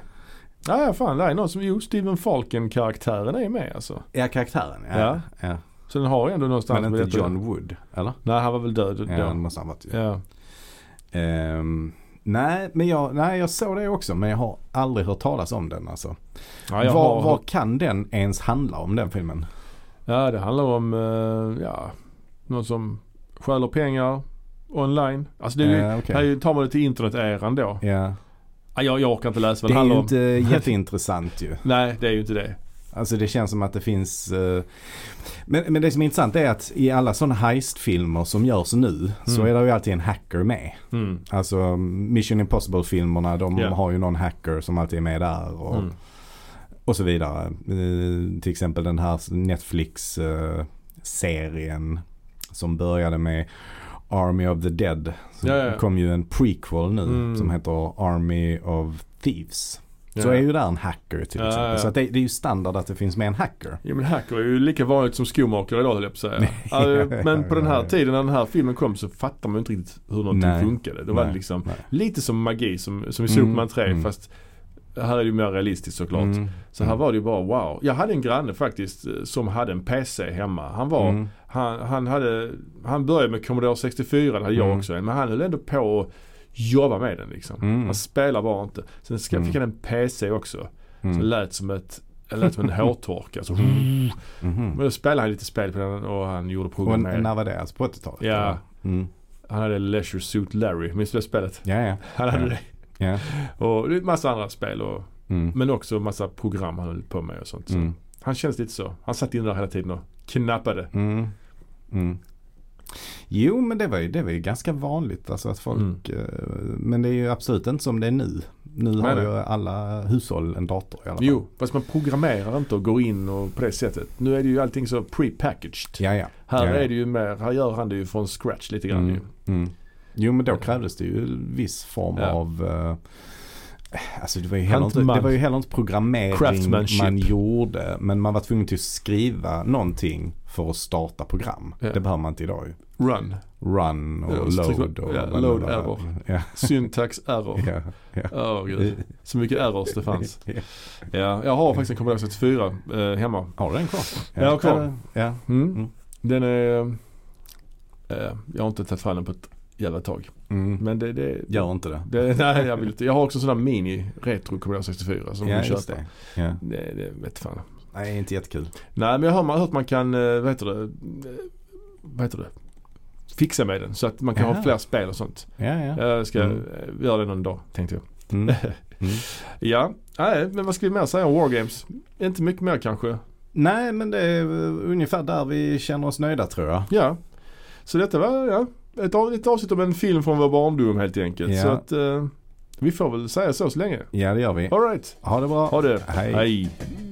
[SPEAKER 1] Ja, ja, fan. Det är någon som... Jo, Stephen Falken-karaktären är med alltså.
[SPEAKER 2] Ja, karaktären. Ja.
[SPEAKER 1] Ja.
[SPEAKER 2] ja.
[SPEAKER 1] Så den har ju ändå någonstans
[SPEAKER 2] Men
[SPEAKER 1] med
[SPEAKER 2] inte
[SPEAKER 1] detta-
[SPEAKER 2] John Wood, eller?
[SPEAKER 1] Nej, han var väl död
[SPEAKER 2] Ja, det
[SPEAKER 1] då.
[SPEAKER 2] måste han varit ju.
[SPEAKER 1] Ja.
[SPEAKER 2] Ehm, nej, men jag, nej, jag såg det också. Men jag har aldrig hört talas om den alltså.
[SPEAKER 1] Ja, jag har...
[SPEAKER 2] vad, vad kan den ens handla om den filmen?
[SPEAKER 1] ja, det handlar om... eh, ja, någon som stjäler pengar online. Alltså det är ju...
[SPEAKER 2] Ja, Eh, okej.
[SPEAKER 1] Här är ju- tar man det till internet-eran då.
[SPEAKER 2] Ja.
[SPEAKER 1] Ja, Ja, Jag, jag orkar inte läsa vad
[SPEAKER 2] Det
[SPEAKER 1] den
[SPEAKER 2] är ju
[SPEAKER 1] handlar
[SPEAKER 2] inte
[SPEAKER 1] om.
[SPEAKER 2] jätteintressant ju.
[SPEAKER 1] Nej, det är ju inte det.
[SPEAKER 2] Alltså det känns som att det finns... eh, Men, men det som är intressant är att i alla sådana heistfilmer som görs nu så
[SPEAKER 1] Mm.
[SPEAKER 2] är det ju alltid en hacker med.
[SPEAKER 1] Mm.
[SPEAKER 2] Alltså um, Mission Impossible-filmerna de
[SPEAKER 1] Ja.
[SPEAKER 2] har ju någon hacker som alltid är med där och,
[SPEAKER 1] Mm.
[SPEAKER 2] och så vidare. Eh, till exempel den här Netflix-serien som började med Army of the Dead. Så
[SPEAKER 1] Ja, ja, ja.
[SPEAKER 2] kom ju en prequel nu
[SPEAKER 1] Mm.
[SPEAKER 2] som heter Army of Thieves. Så
[SPEAKER 1] Ja.
[SPEAKER 2] är ju där en hacker till
[SPEAKER 1] Ja,
[SPEAKER 2] exempel.
[SPEAKER 1] ja, ja.
[SPEAKER 2] Så att det, det är ju standard att det finns med en hacker.
[SPEAKER 1] Ja men hacker är ju lika vanligt som skomakare idag höll jag på att säga. Alltså, men på den här tiden när den här filmen kom så fattade man ju inte riktigt hur någonting
[SPEAKER 2] Nej.
[SPEAKER 1] funkade. Det var
[SPEAKER 2] Nej,
[SPEAKER 1] liksom
[SPEAKER 2] nej.
[SPEAKER 1] lite som magi som, som i
[SPEAKER 2] Mm,
[SPEAKER 1] Superman 3
[SPEAKER 2] mm.
[SPEAKER 1] fast här är det ju mer realistiskt såklart.
[SPEAKER 2] Mm,
[SPEAKER 1] Så här var det ju bara wow. Jag hade en granne faktiskt eh, som hade en PC hemma. Han var,
[SPEAKER 2] Mm.
[SPEAKER 1] han, han hade, han började med Commodore 64, det hade jag
[SPEAKER 2] Mm.
[SPEAKER 1] också en. Men han höll ändå på att jobba med den liksom.
[SPEAKER 2] Mm.
[SPEAKER 1] Han spelar bara inte. Sen ska,
[SPEAKER 2] Mm.
[SPEAKER 1] fick han en PC också.
[SPEAKER 2] Mm.
[SPEAKER 1] Så lät som ett det lät som en hårtork alltså.
[SPEAKER 2] Mhm.
[SPEAKER 1] Men då spelade han lite spel på den och han gjorde
[SPEAKER 2] Och
[SPEAKER 1] programmering.
[SPEAKER 2] när var det? Alltså på 80-talet?
[SPEAKER 1] Ja.
[SPEAKER 2] Mm.
[SPEAKER 1] Han hade Leisure Suit Larry, minns du det spelet?
[SPEAKER 2] Ja, ja.
[SPEAKER 1] Han hade
[SPEAKER 2] Ja.
[SPEAKER 1] det.
[SPEAKER 2] ja.
[SPEAKER 1] Och det är massa andra spel och,
[SPEAKER 2] Mm.
[SPEAKER 1] men också massa program han höll på med och sånt. Så
[SPEAKER 2] Mm.
[SPEAKER 1] Han känns lite så. Han satt inne där hela tiden och knappade.
[SPEAKER 2] Mm. Mm. Jo men det var, ju, det var ju ganska vanligt alltså att folk, eh, men det är ju absolut inte som det är nu. Nu har
[SPEAKER 1] Mm. nej.
[SPEAKER 2] ju alla hushåll en dator i alla fall.
[SPEAKER 1] Jo, fast man programmerar inte och går in och på det sättet. Nu är det ju allting så prepackaged.
[SPEAKER 2] Ja, ja.
[SPEAKER 1] Här
[SPEAKER 2] ja, ja.
[SPEAKER 1] är det ju mer, här gör han det ju från scratch lite grann ju.
[SPEAKER 2] Mm. Mm. Jo men då krävdes det ju viss form
[SPEAKER 1] Ja.
[SPEAKER 2] av eh, Alltså det var, ju heller inte,
[SPEAKER 1] Hantman.
[SPEAKER 2] det var ju heller inte programmering
[SPEAKER 1] Craftsmanship.
[SPEAKER 2] man gjorde. Men man var tvungen till att skriva någonting för att starta program.
[SPEAKER 1] Ja.
[SPEAKER 2] Det behöver man inte idag ju.
[SPEAKER 1] Run.
[SPEAKER 2] Run och
[SPEAKER 1] Ja, så trycker
[SPEAKER 2] load
[SPEAKER 1] man-
[SPEAKER 2] och
[SPEAKER 1] ja,
[SPEAKER 2] vad det
[SPEAKER 1] load
[SPEAKER 2] var.
[SPEAKER 1] error.
[SPEAKER 2] Ja,
[SPEAKER 1] Syntax error.
[SPEAKER 2] ja, ja.
[SPEAKER 1] Åh gud. Så mycket errors det fanns. Ja, jag har faktiskt en Commodore 64 eh, hemma.
[SPEAKER 2] Har du den kvar?
[SPEAKER 1] Ja, jag har kvar.
[SPEAKER 2] Ja. Mm.
[SPEAKER 1] Den är... Eh, jag har inte tagit fram den på ett jävla tag.
[SPEAKER 2] Mm.
[SPEAKER 1] Men det... det,
[SPEAKER 2] Gör inte det.
[SPEAKER 1] det nej, jag vill inte. Jag har också en sån där mini retro Commodore 64 som
[SPEAKER 2] ja,
[SPEAKER 1] du
[SPEAKER 2] just
[SPEAKER 1] köper.
[SPEAKER 2] det. Ja.
[SPEAKER 1] Det, det vet fan.
[SPEAKER 2] Nej, inte jättekul.
[SPEAKER 1] Nej men jag har hört att man kan, eh, vad heter det, eh, vad heter det? Fixa med den så att man kan
[SPEAKER 2] Jaha.
[SPEAKER 1] ha fler spel och sånt.
[SPEAKER 2] Ja, ja.
[SPEAKER 1] Jag ska
[SPEAKER 2] Mm.
[SPEAKER 1] eh, göra det någon dag tänkte jag.
[SPEAKER 2] Mm.
[SPEAKER 1] Ja, nej men vad ska vi mer säga om Wargames? Inte mycket mer kanske.
[SPEAKER 2] Nej, men det är eh, ungefär där vi känner oss nöjda tror jag.
[SPEAKER 1] Ja. Så detta var ja, ett, av, ett avsnitt om en film från vår barndom helt enkelt.
[SPEAKER 2] Ja.
[SPEAKER 1] Så att eh, vi får väl säga så så länge.
[SPEAKER 2] Ja, det gör vi.
[SPEAKER 1] Alright,
[SPEAKER 2] Ha det bra.
[SPEAKER 1] ha det.
[SPEAKER 2] Hej.
[SPEAKER 1] Hej.
[SPEAKER 4] Thank